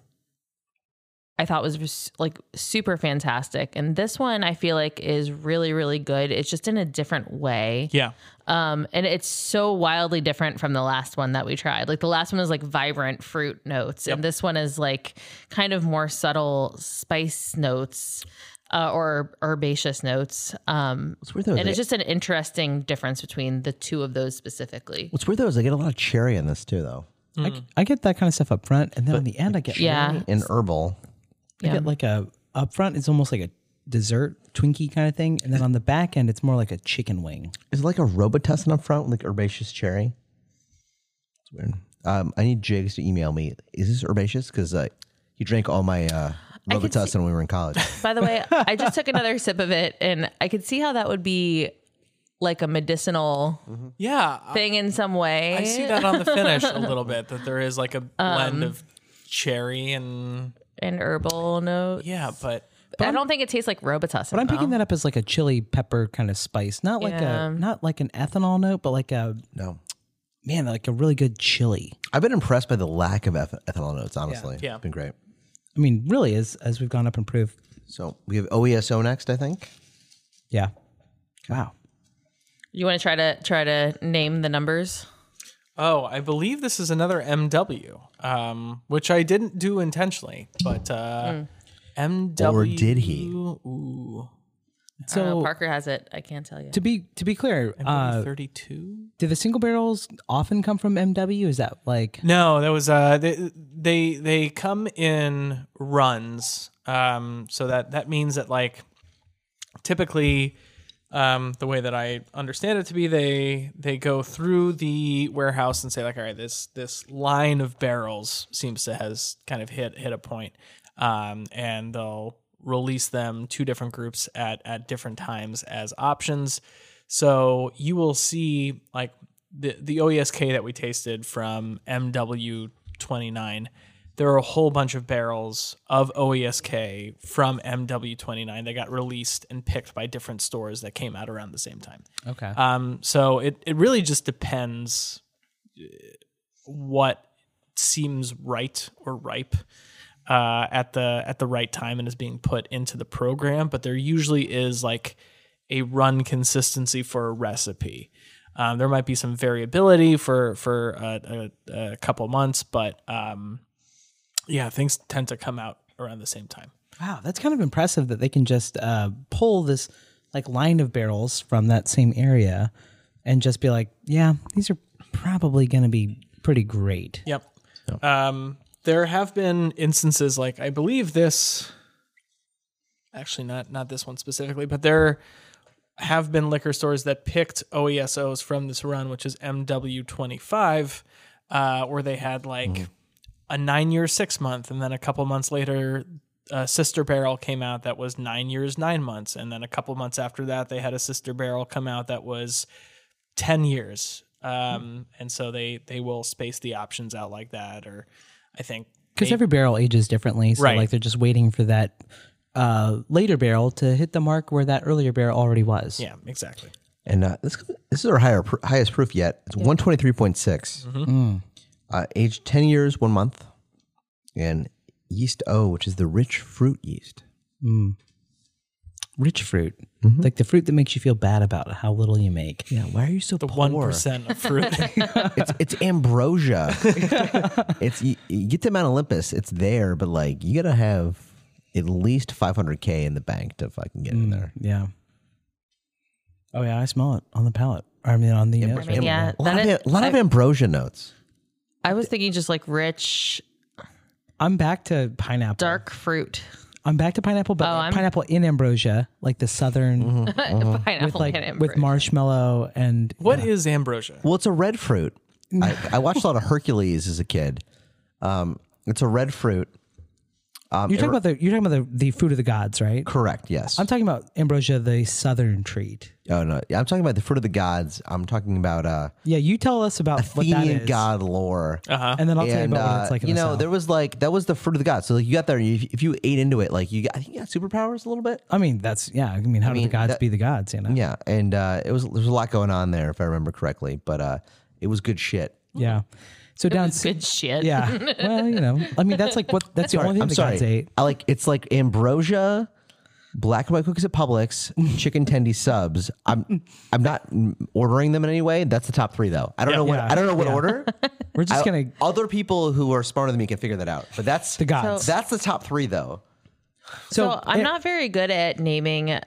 Speaker 3: I thought was like super fantastic, and this one I feel like is really really good. It's just in a different way.
Speaker 4: Yeah.
Speaker 3: Um, and it's so wildly different from the last one that we tried. Like the last one was like vibrant fruit notes, and this one is like kind of more subtle spice notes uh, or herbaceous notes. Um,
Speaker 1: What's weird though? is
Speaker 3: and
Speaker 1: I-
Speaker 3: it's just an interesting difference between the two of those specifically.
Speaker 1: what's weird though is I get a lot of cherry in this too, though,
Speaker 2: I, I get that kind of stuff up front, and then on the end, I get
Speaker 3: Mm. Yeah.
Speaker 1: and herbal.
Speaker 2: I get like a up front. It's almost like a dessert Twinkie kind of thing, and then on the back end, it's more like a chicken wing.
Speaker 1: Is it like a Robitussin up front, like herbaceous cherry? It's weird. Um, I need Jigs to email me. Is this herbaceous? Because uh, you drank all my uh,
Speaker 3: can
Speaker 1: Robitussin when we were in college.
Speaker 3: By the way, I just took another sip of it, and I could see how that would be like a medicinal
Speaker 2: Mm-hmm.
Speaker 4: Yeah. I-
Speaker 3: thing in some way.
Speaker 4: I see that on the finish a little bit, that there is
Speaker 3: Um,
Speaker 4: like a blend of cherry and
Speaker 3: and herbal notes.
Speaker 4: yeah, but
Speaker 3: I don't think it tastes like Robitussin.
Speaker 2: But I'm picking that up as like a chili pepper kind of spice, not like
Speaker 3: Yeah.
Speaker 2: a not like an ethanol note, but like a
Speaker 1: no,
Speaker 2: man, like a really good chili.
Speaker 1: I've been impressed by the lack of eth- ethanol notes. Honestly,
Speaker 4: Yeah.
Speaker 1: it's been great.
Speaker 2: I mean, really, as as we've gone up and proved,
Speaker 1: So we have OESO next, I think.
Speaker 2: yeah. Wow.
Speaker 3: You want to try to try to name the numbers?
Speaker 4: Oh, I believe this is another MW, um, which I didn't do intentionally, but uh, MW.
Speaker 1: Or did he?
Speaker 4: Ooh,
Speaker 3: I don't know,
Speaker 2: So
Speaker 3: Parker has it. I can't tell you.
Speaker 2: to be to be clear, uh,
Speaker 4: thirty-two.
Speaker 2: do the single barrels often come from MW? Is that like
Speaker 4: No, that was uh they they they come in runs. Um so that that means that like typically um the way that I understand it to be they they go through the warehouse and say like all right this this line of barrels seems to has kind of hit hit a point. Um and they'll release them two different groups at at different times as options. So you will see like the the OESK that we tasted from MW29. There are a whole bunch of barrels of OESK from MW29 that got released and picked by different stores that came out around the same time.
Speaker 2: okay?
Speaker 4: Um, so it, it really just depends uh, what seems right or ripe uh, at the at the right time and is being put into the program. But there usually is like a run consistency for a recipe. Um, there might be some variability for for a, a, a couple months, but um, yeah, things tend to come out around the same time.
Speaker 2: Wow, that's kind of impressive that they can just uh, pull this like line of barrels from that same area and just be like, yeah, these are probably going to be pretty great.
Speaker 4: Yep. Um, there have been instances like I believe this, actually not not this one specifically, but there have been liquor stores that picked OESOs from this run, which is MW25, uh, where they had like a nine year six month, and then a couple months later. A sister barrel came out that was nine years, nine months. And then a couple months after that, they had a sister barrel come out that was 10 years um and so they they will space the options out like that or i think
Speaker 2: Because every barrel ages differently, so
Speaker 4: Right.
Speaker 2: like they're just waiting for that uh, later barrel to hit the mark where that earlier barrel already was.
Speaker 4: yeah exactly
Speaker 1: And uh, this this is our higher pr- highest proof yet. It's one twenty three point six. Uh, aged ten years, one month, and yeast O, which is the rich fruit yeast.
Speaker 2: Rich fruit, like the fruit that makes you feel bad about how little you make.
Speaker 1: Yeah, why are you so
Speaker 4: the one percent of fruit
Speaker 1: It's it's ambrosia. it's you, you get to Mount Olympus. It's there, but like you gotta have at least five hundred k in the bank to fucking get
Speaker 2: Mm.
Speaker 1: in there.
Speaker 2: Yeah. Oh yeah, I smell it on the palate. I mean, on the nose.
Speaker 3: I mean, yeah,
Speaker 1: a lot, of,
Speaker 3: that is-
Speaker 1: a lot of ambrosia notes.
Speaker 3: I was thinking just like rich,
Speaker 2: I'm back to pineapple.
Speaker 3: dark fruit.
Speaker 2: I'm back to pineapple,
Speaker 4: Oh,
Speaker 2: but like
Speaker 3: I'm-
Speaker 2: pineapple in ambrosia, like the southern,
Speaker 3: Pineapple
Speaker 2: Uh-huh. with like
Speaker 3: and
Speaker 2: with
Speaker 3: fruit.
Speaker 2: marshmallow and
Speaker 4: What is ambrosia
Speaker 1: Well, it's a red fruit. I, I watched a lot of Hercules as a kid. Um, it's a red fruit. Um,
Speaker 2: you're
Speaker 1: it-
Speaker 2: talking about the you're talking about the, the food of the gods, right?
Speaker 1: correct. Yes.
Speaker 2: I'm talking about ambrosia, the southern treat.
Speaker 1: Oh no, yeah, I'm talking about the fruit of the gods. I'm talking about uh,
Speaker 2: Yeah, you tell us about what that
Speaker 1: Athenian
Speaker 2: is,
Speaker 1: god lore. Uh-huh.
Speaker 2: and then I'll tell you
Speaker 1: And
Speaker 2: about what
Speaker 1: uh,
Speaker 2: it's like. In
Speaker 1: you
Speaker 2: the
Speaker 1: know,
Speaker 2: South.
Speaker 1: there was like that was the fruit of the gods. So like you got there, and you, if you ate into it, like you got, I think you got superpowers a little bit.
Speaker 2: I mean, that's yeah. I mean, how do
Speaker 1: mean,
Speaker 2: the gods
Speaker 1: that-
Speaker 2: be the gods? You know,
Speaker 1: Yeah, and uh, it was there was a lot going on there if I remember correctly, but uh, it was good shit.
Speaker 2: Yeah. So down, s-
Speaker 3: Good shit.
Speaker 2: yeah. well, you know, I mean, that's like what that's the only thing
Speaker 1: I'm
Speaker 2: the
Speaker 1: sorry.
Speaker 2: gods ate.
Speaker 1: I like it's like ambrosia, black and white cookies at Publix, chicken tendy subs. I'm I'm not ordering them in any way. That's the top three though. I don't know what
Speaker 2: Yeah.
Speaker 1: I don't know what order.
Speaker 2: We're just
Speaker 1: I-
Speaker 2: gonna
Speaker 1: other people who are smarter than me can figure that out. But that's
Speaker 2: the gods.
Speaker 1: That's the top three though.
Speaker 3: So, I'm
Speaker 2: eh,
Speaker 3: not very good at naming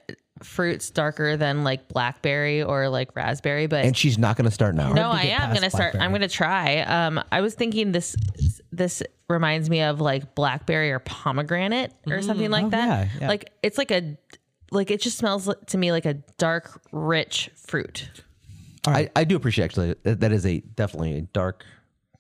Speaker 3: fruits darker than like blackberry or like raspberry, but
Speaker 1: And she's not going to start now.
Speaker 3: no,
Speaker 2: to
Speaker 3: I
Speaker 2: get
Speaker 3: am
Speaker 2: past
Speaker 3: gonna start. I'm
Speaker 2: blackberry.
Speaker 3: gonna try. Um, I was thinking this. This reminds me of like blackberry or pomegranate or something like that.
Speaker 2: Mm, oh, yeah, yeah.
Speaker 3: Like it's like a, like it just smells li- to me like a dark, rich fruit.
Speaker 1: I, I do appreciate actually that, that is a definitely a dark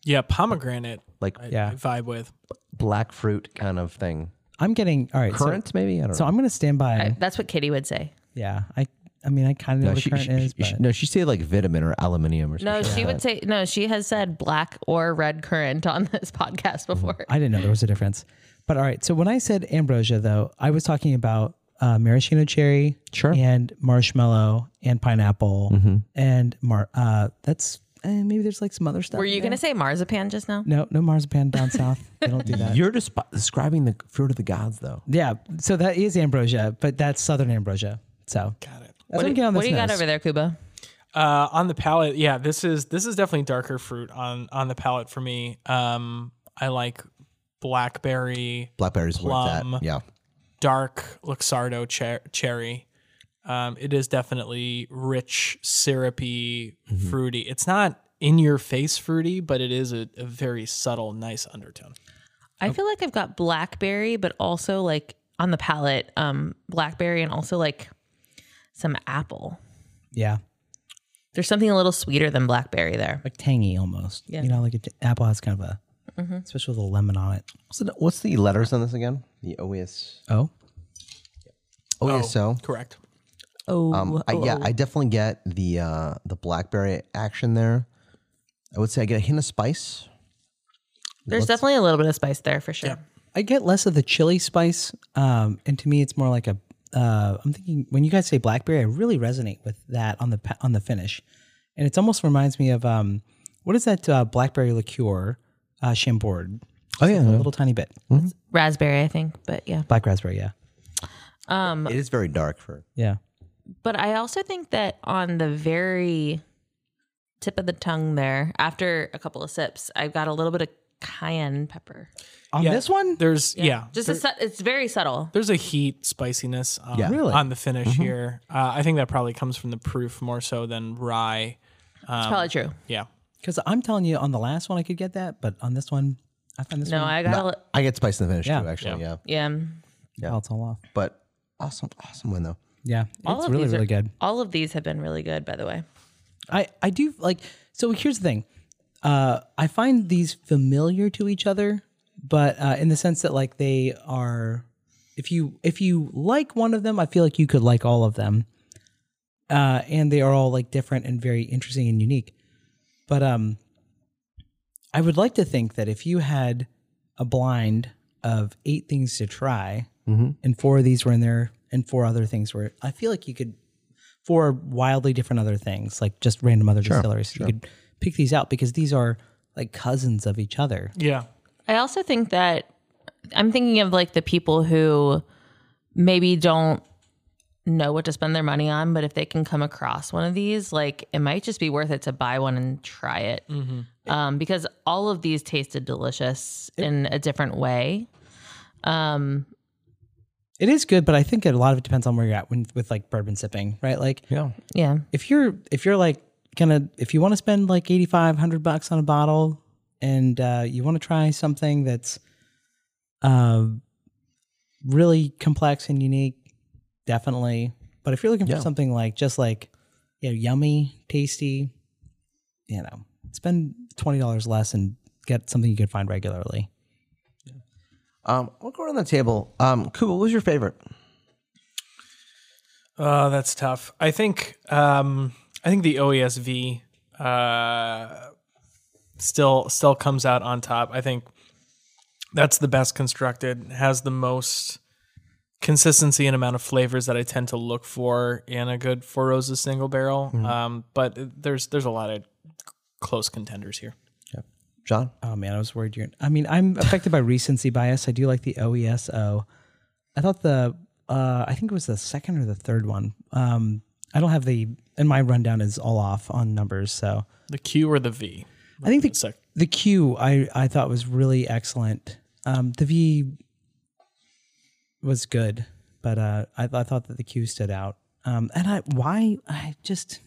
Speaker 4: yeah pomegranate
Speaker 1: like
Speaker 2: Yeah.
Speaker 4: I vibe with
Speaker 1: black fruit kind of thing.
Speaker 2: I'm getting all right. so-
Speaker 1: Currant maybe I don't
Speaker 2: So
Speaker 1: know.
Speaker 2: I'm gonna stand by.
Speaker 3: That's what Kitty would say.
Speaker 2: yeah, I. I mean, I kind of know
Speaker 1: No,
Speaker 2: what
Speaker 1: she,
Speaker 2: current
Speaker 1: she-
Speaker 2: is,
Speaker 1: she-
Speaker 2: but
Speaker 1: no, she said like vitamin or aluminium or something.
Speaker 3: No, she would say no. She has said black or red currant on this podcast before.
Speaker 2: I didn't know there was a difference. But all right, so when I said ambrosia, though, I was talking about uh, maraschino cherry,
Speaker 1: Sure.
Speaker 2: and marshmallow and pineapple, and mar. Uh, that's eh, maybe there's like some other stuff.
Speaker 3: Were you
Speaker 2: in
Speaker 3: gonna say marzipan just now?
Speaker 2: there. No, no marzipan down south. They don't do that.
Speaker 1: You're desp describing the fruit of the gods though.
Speaker 2: Yeah, so that is ambrosia, but that's southern ambrosia. So
Speaker 4: got it
Speaker 2: that's what, I'm getting on
Speaker 3: What
Speaker 2: this
Speaker 3: do you got
Speaker 2: nose.
Speaker 3: over there, Kuba?
Speaker 4: Uh, on the palate, yeah, this is this is definitely darker fruit on on the palate for me. Um, I like blackberry,
Speaker 1: Blackberries were
Speaker 4: Plum.
Speaker 1: that. Yeah.
Speaker 4: dark Luxardo cher- cherry. Um, it is definitely rich, syrupy, fruity. It's not in your face fruity, but it is a, a very subtle, nice undertone.
Speaker 3: I feel like I've got blackberry, but also like on the palate, um, blackberry and also like some apple.
Speaker 2: Yeah.
Speaker 3: There's something a little sweeter than blackberry there.
Speaker 2: Like tangy almost.
Speaker 3: Yeah. Mm-hmm.
Speaker 2: You know, like it, apple has kind of a, especially with a lemon on it.
Speaker 1: What's the, what's the letters on this again? The E OES.
Speaker 2: Oh,
Speaker 1: E OESO.
Speaker 4: Correct.
Speaker 3: Oh,
Speaker 1: Um, I, yeah, I definitely get the uh, the blackberry action there. I would say I get a hint of spice.
Speaker 3: there's definitely a little bit of spice there for sure.
Speaker 2: I get less of the chili spice. Um, and to me, it's more like a. Uh, I'm thinking when you guys say blackberry, I really resonate with that on the pa- on the finish, and it almost reminds me of um, what is that uh, blackberry liqueur, uh, Chambord? Oh yeah, Mm-hmm. a little tiny bit
Speaker 3: Raspberry, I think, but yeah.
Speaker 2: black raspberry. Yeah,
Speaker 3: Um,
Speaker 1: It is very dark for
Speaker 2: yeah.
Speaker 3: but I also think that on the very tip of the tongue there, after a couple of sips, I've got a little bit of cayenne pepper.
Speaker 2: On
Speaker 4: Yeah.
Speaker 2: this one,
Speaker 4: There's yeah,
Speaker 3: Just a, su- it's very subtle.
Speaker 4: there's a heat spiciness on,
Speaker 1: Yeah.
Speaker 2: Really?
Speaker 4: on the finish here. Uh, I think that probably comes from the proof more so than rye. Um,
Speaker 2: Um,
Speaker 3: It's probably true.
Speaker 4: Yeah.
Speaker 2: because I'm telling you, on the last one I could get that, but on this one, I find this
Speaker 3: No,
Speaker 2: one
Speaker 3: I got a li-
Speaker 1: I get spice in the finish
Speaker 2: Yeah.
Speaker 1: too, actually. Yeah.
Speaker 3: yeah.
Speaker 2: oh, it's all off.
Speaker 1: But awesome, awesome win though.
Speaker 2: Yeah,
Speaker 3: All
Speaker 2: it's
Speaker 3: of
Speaker 2: really
Speaker 3: these are-
Speaker 2: really good.
Speaker 3: All of these have been really good, by the way.
Speaker 2: I I do like so here's the thing. Uh I find these familiar to each other, but uh in the sense that like they are if you if you like one of them, I feel like you could like all of them. Uh and they are all like different and very interesting and unique. But um I would like to think that if you had a blind of eight things to try and four of these were in there and four other things were I feel like you could for wildly different other things, like just random other distilleries. You could pick these out because these are like cousins of each other.
Speaker 4: Yeah.
Speaker 3: I also think that I'm thinking of like the people who maybe don't know what to spend their money on, but if they can come across one of these, like it might just be worth it to buy one and try it.
Speaker 2: Mm-hmm.
Speaker 3: Um, because all of these tasted delicious in a different way. Um,
Speaker 2: It is good, but I think a lot of it depends on where you're at when, with like bourbon sipping, right? Like
Speaker 1: Yeah.
Speaker 3: yeah.
Speaker 2: if you're if you're like gonna if you want to spend like 85 100 bucks on a bottle and uh, you want to try something that's uh, really complex and unique definitely but if you're looking for something like just like you know yummy tasty you know spend $20 less and get something you can find regularly
Speaker 1: Um, we'll go around the table. Um, Kuba, what was your favorite?
Speaker 4: Oh, that's tough. I think um, I think the OESV uh, still still comes out on top. I think that's the best constructed, has the most consistency and amount of flavors that I tend to look for in a good Four Roses single barrel. Um, but there's there's a lot of close contenders here.
Speaker 1: John?
Speaker 2: Oh man, I was worried you're. I mean, I'm affected by recency bias. I do like the OESO. I thought the. Uh, I think it was the second or the third one. Um, I don't have the, and my rundown is all off on numbers. So
Speaker 4: The Q or the V?
Speaker 2: I think the
Speaker 4: Sec-
Speaker 2: the Q I I thought was really excellent. Um, the V was good, but uh, I I thought that the Q stood out. Um, and I why I just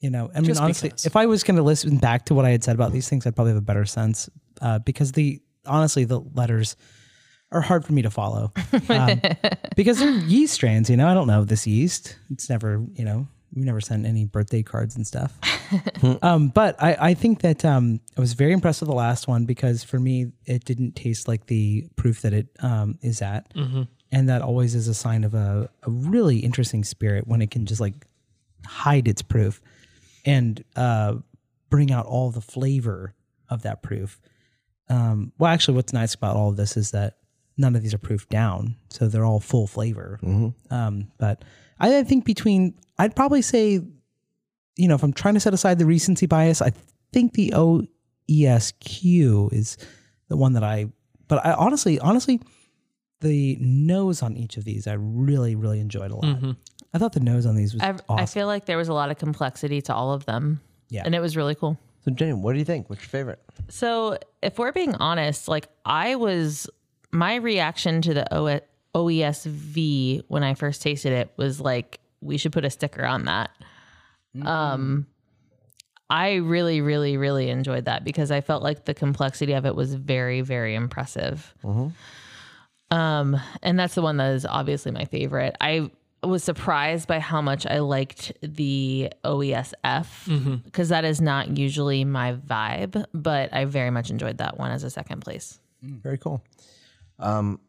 Speaker 2: you know I mean
Speaker 4: Just
Speaker 2: honestly,
Speaker 4: because.
Speaker 2: if I was going to listen back to what I had said about these things, I'd probably have a better sense uh, because the honestly the letters are hard for me to follow um, because they're yeast strains. You know, I don't know this yeast. It's never you know we never sent any birthday cards and stuff. Um, but I, I think that um, I was very impressed with the last one because for me, it didn't taste like the proof that it um, is at. And that always is a sign of a, a really interesting spirit when it can just like hide its proof and uh, bring out all the flavor of that proof. Um, well, actually, what's nice about all of this is that none of these are proofed down, so they're all full flavor.
Speaker 1: Mm-hmm.
Speaker 2: Um, but I, I think between, I'd probably say you know, if I'm trying to set aside the recency bias, I think the E OESQ is the one that I. But I honestly, honestly, the nose on each of these I really really enjoyed a lot. I thought the nose on these was
Speaker 3: I've, I
Speaker 2: awesome.
Speaker 3: feel like there was a lot of complexity to all of them.
Speaker 2: Yeah.
Speaker 3: And it was really cool.
Speaker 1: So, Jane, what do you think? What's your favorite?
Speaker 3: So, if we're being honest, like I was, my reaction to the o- OESV when I first tasted it was like, we should put a sticker on that. Um, I really, really, really enjoyed that because I felt like the complexity of it was very, very impressive. Um, and that's the one that is obviously my favorite. I was surprised by how much I liked the E OESF
Speaker 4: Mm-hmm.
Speaker 3: because is not usually my vibe, but I very much enjoyed that one as a second place.
Speaker 1: Very cool. Um,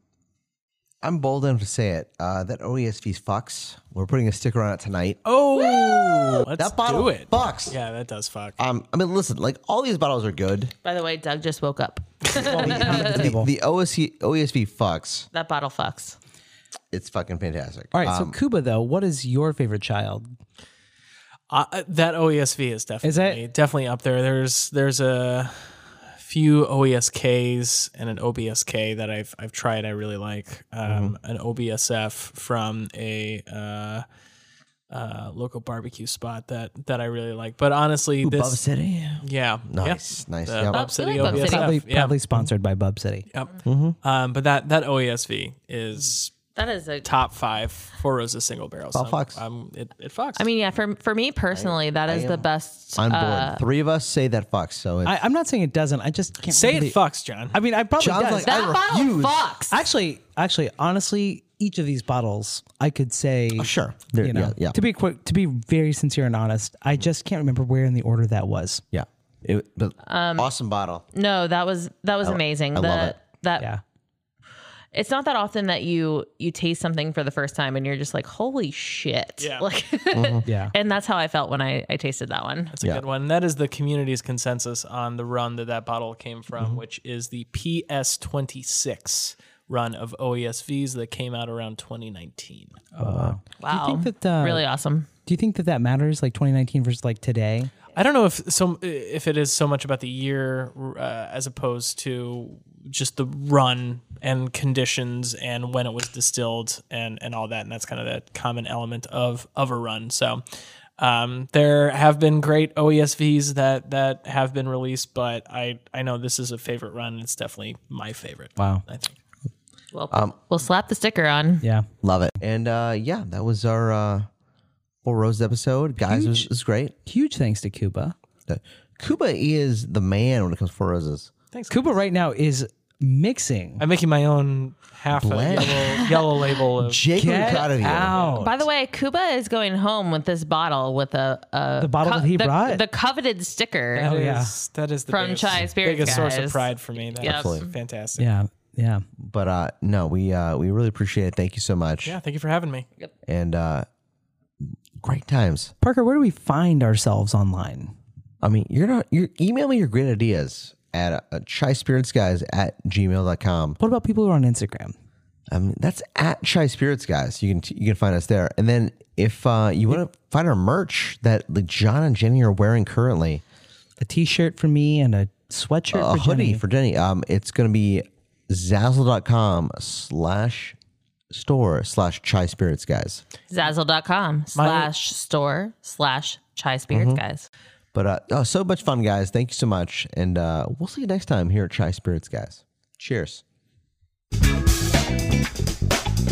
Speaker 1: I'm bold enough to say it. Uh, that OESV's fucks. We're putting a sticker on it tonight.
Speaker 4: Oh, let's
Speaker 1: that bottle
Speaker 4: do it.
Speaker 1: fucks.
Speaker 4: Yeah, that does fuck.
Speaker 1: Um, I mean, listen, like all these bottles are good.
Speaker 3: By the way, Doug just woke up.
Speaker 1: The, the E OSC, OESV fucks.
Speaker 3: That bottle fucks.
Speaker 1: It's fucking fantastic.
Speaker 2: All right, so Cuba though, what is your favorite child?
Speaker 4: Uh, that OESV is definitely
Speaker 2: it?
Speaker 4: definitely up there. There's there's a few OESKs and an OBSK that I've I've tried. I really like um, an OBSF from a uh, uh, local barbecue spot that that I really like. But honestly, this
Speaker 1: Bub City.
Speaker 4: yeah
Speaker 1: Uh, Nice,
Speaker 4: yeah,
Speaker 1: nice.
Speaker 4: The
Speaker 1: Yep.
Speaker 4: Bub City
Speaker 3: I like Bub
Speaker 4: OBSF
Speaker 3: City.
Speaker 2: Probably,
Speaker 4: yeah.
Speaker 2: probably sponsored by Bub City.
Speaker 4: Yep. Um, but that that OESV is
Speaker 3: That is a.
Speaker 4: top five Four Roses single barrel. So
Speaker 1: Well, fucks.
Speaker 4: I'm, i it, it fucks.
Speaker 3: I mean, yeah, for for me personally, that is the best.
Speaker 1: I'm bored.
Speaker 3: uh,
Speaker 1: Three of us say that fucks. So it's,
Speaker 2: I, I'm not saying it doesn't. I just can't
Speaker 4: say it
Speaker 2: remember the-
Speaker 4: fucks, John.
Speaker 2: I mean, I probably
Speaker 1: John's
Speaker 2: does.
Speaker 1: like,
Speaker 3: that
Speaker 1: I
Speaker 3: bottle
Speaker 1: refuse.
Speaker 3: fucks.
Speaker 2: Actually, actually, honestly, each of these bottles, I could say,
Speaker 1: Oh, sure. There-
Speaker 2: you know,
Speaker 1: yeah, yeah.
Speaker 2: to be quick, to be very sincere and honest, I just can't remember where in the order that was.
Speaker 1: yeah. It, but awesome bottle.
Speaker 3: no, that was that was amazing.
Speaker 1: I
Speaker 3: the,
Speaker 1: love it.
Speaker 3: That
Speaker 2: Yeah,
Speaker 3: it's not that often that you you taste something for the first time and you're just like, holy shit!
Speaker 4: Yeah.
Speaker 3: Like,
Speaker 1: Mm-hmm.
Speaker 2: yeah.
Speaker 3: and that's how I felt when I I tasted that one.
Speaker 4: That's a
Speaker 1: Yeah.
Speaker 4: good one. That is the community's consensus on the run that that bottle came from, which is the PS26 run of OESVs that came out around 2019.
Speaker 3: Wow,
Speaker 2: think that, uh,
Speaker 3: um, really awesome.
Speaker 2: Do you think that that matters, like 2019 versus like today?
Speaker 4: I don't know if so if it is so much about the year uh, as opposed to just the run and conditions and when it was distilled and and all that and that's kind of the common element of of a run. So um, there have been great OESVs that that have been released, but I I know this is a favorite run. It's definitely my favorite.
Speaker 2: Wow.
Speaker 4: I think.
Speaker 3: Well, we'll slap the sticker on.
Speaker 2: Um, Yeah,
Speaker 1: Love it. And uh, yeah, that was our uh, Four Roses episode. Guys, it was, it was great.
Speaker 2: huge thanks to Cuba.
Speaker 1: The- Cuba is the man when it comes to Four Roses.
Speaker 2: Cuba right now is mixing.
Speaker 4: I'm making my own half
Speaker 1: Blend.
Speaker 4: a yellow, yellow label of
Speaker 1: Jake, I'm proud of you.
Speaker 2: out.
Speaker 3: By the way, Cuba is going home with this bottle with a, a
Speaker 2: The bottle that he
Speaker 3: the,
Speaker 2: brought?
Speaker 3: the coveted sticker.
Speaker 4: That
Speaker 2: Oh, yeah.
Speaker 4: is- that is the
Speaker 3: From
Speaker 4: biggest,
Speaker 3: Chai Spirits,
Speaker 4: biggest source
Speaker 3: guys.
Speaker 4: of pride for me. That's
Speaker 3: Yep.
Speaker 1: Absolutely.
Speaker 4: fantastic.
Speaker 2: Yeah, yeah.
Speaker 1: But uh, no, we uh, we really appreciate it. Thank you so much.
Speaker 4: Yeah, thank you for having me.
Speaker 1: And uh, great times.
Speaker 2: Parker, where do we find ourselves online?
Speaker 1: I mean, you're not, you're email me your great ideas at uh, chyspiritsguys at gmail.com.
Speaker 2: What about people who are on Instagram?
Speaker 1: Um, that's at Shy Spirits, guys. You can you can find us there. And then if uh, you want to find our merch that like John and Jenny are wearing currently,
Speaker 2: A T-shirt for me and a sweatshirt
Speaker 1: a
Speaker 2: for
Speaker 1: Uh, hoodie
Speaker 2: Jenny.
Speaker 1: for Jenny, um, it's going to be zazzle.com slash store slash Chai Spirits, guys.
Speaker 3: Zazzle.com slash store slash chai
Speaker 2: Mm-hmm.
Speaker 3: spirits, guys.
Speaker 1: But uh, oh, so much fun, guys. Thank you so much. And uh, we'll see you next time here at Chai Spirits, guys. Cheers.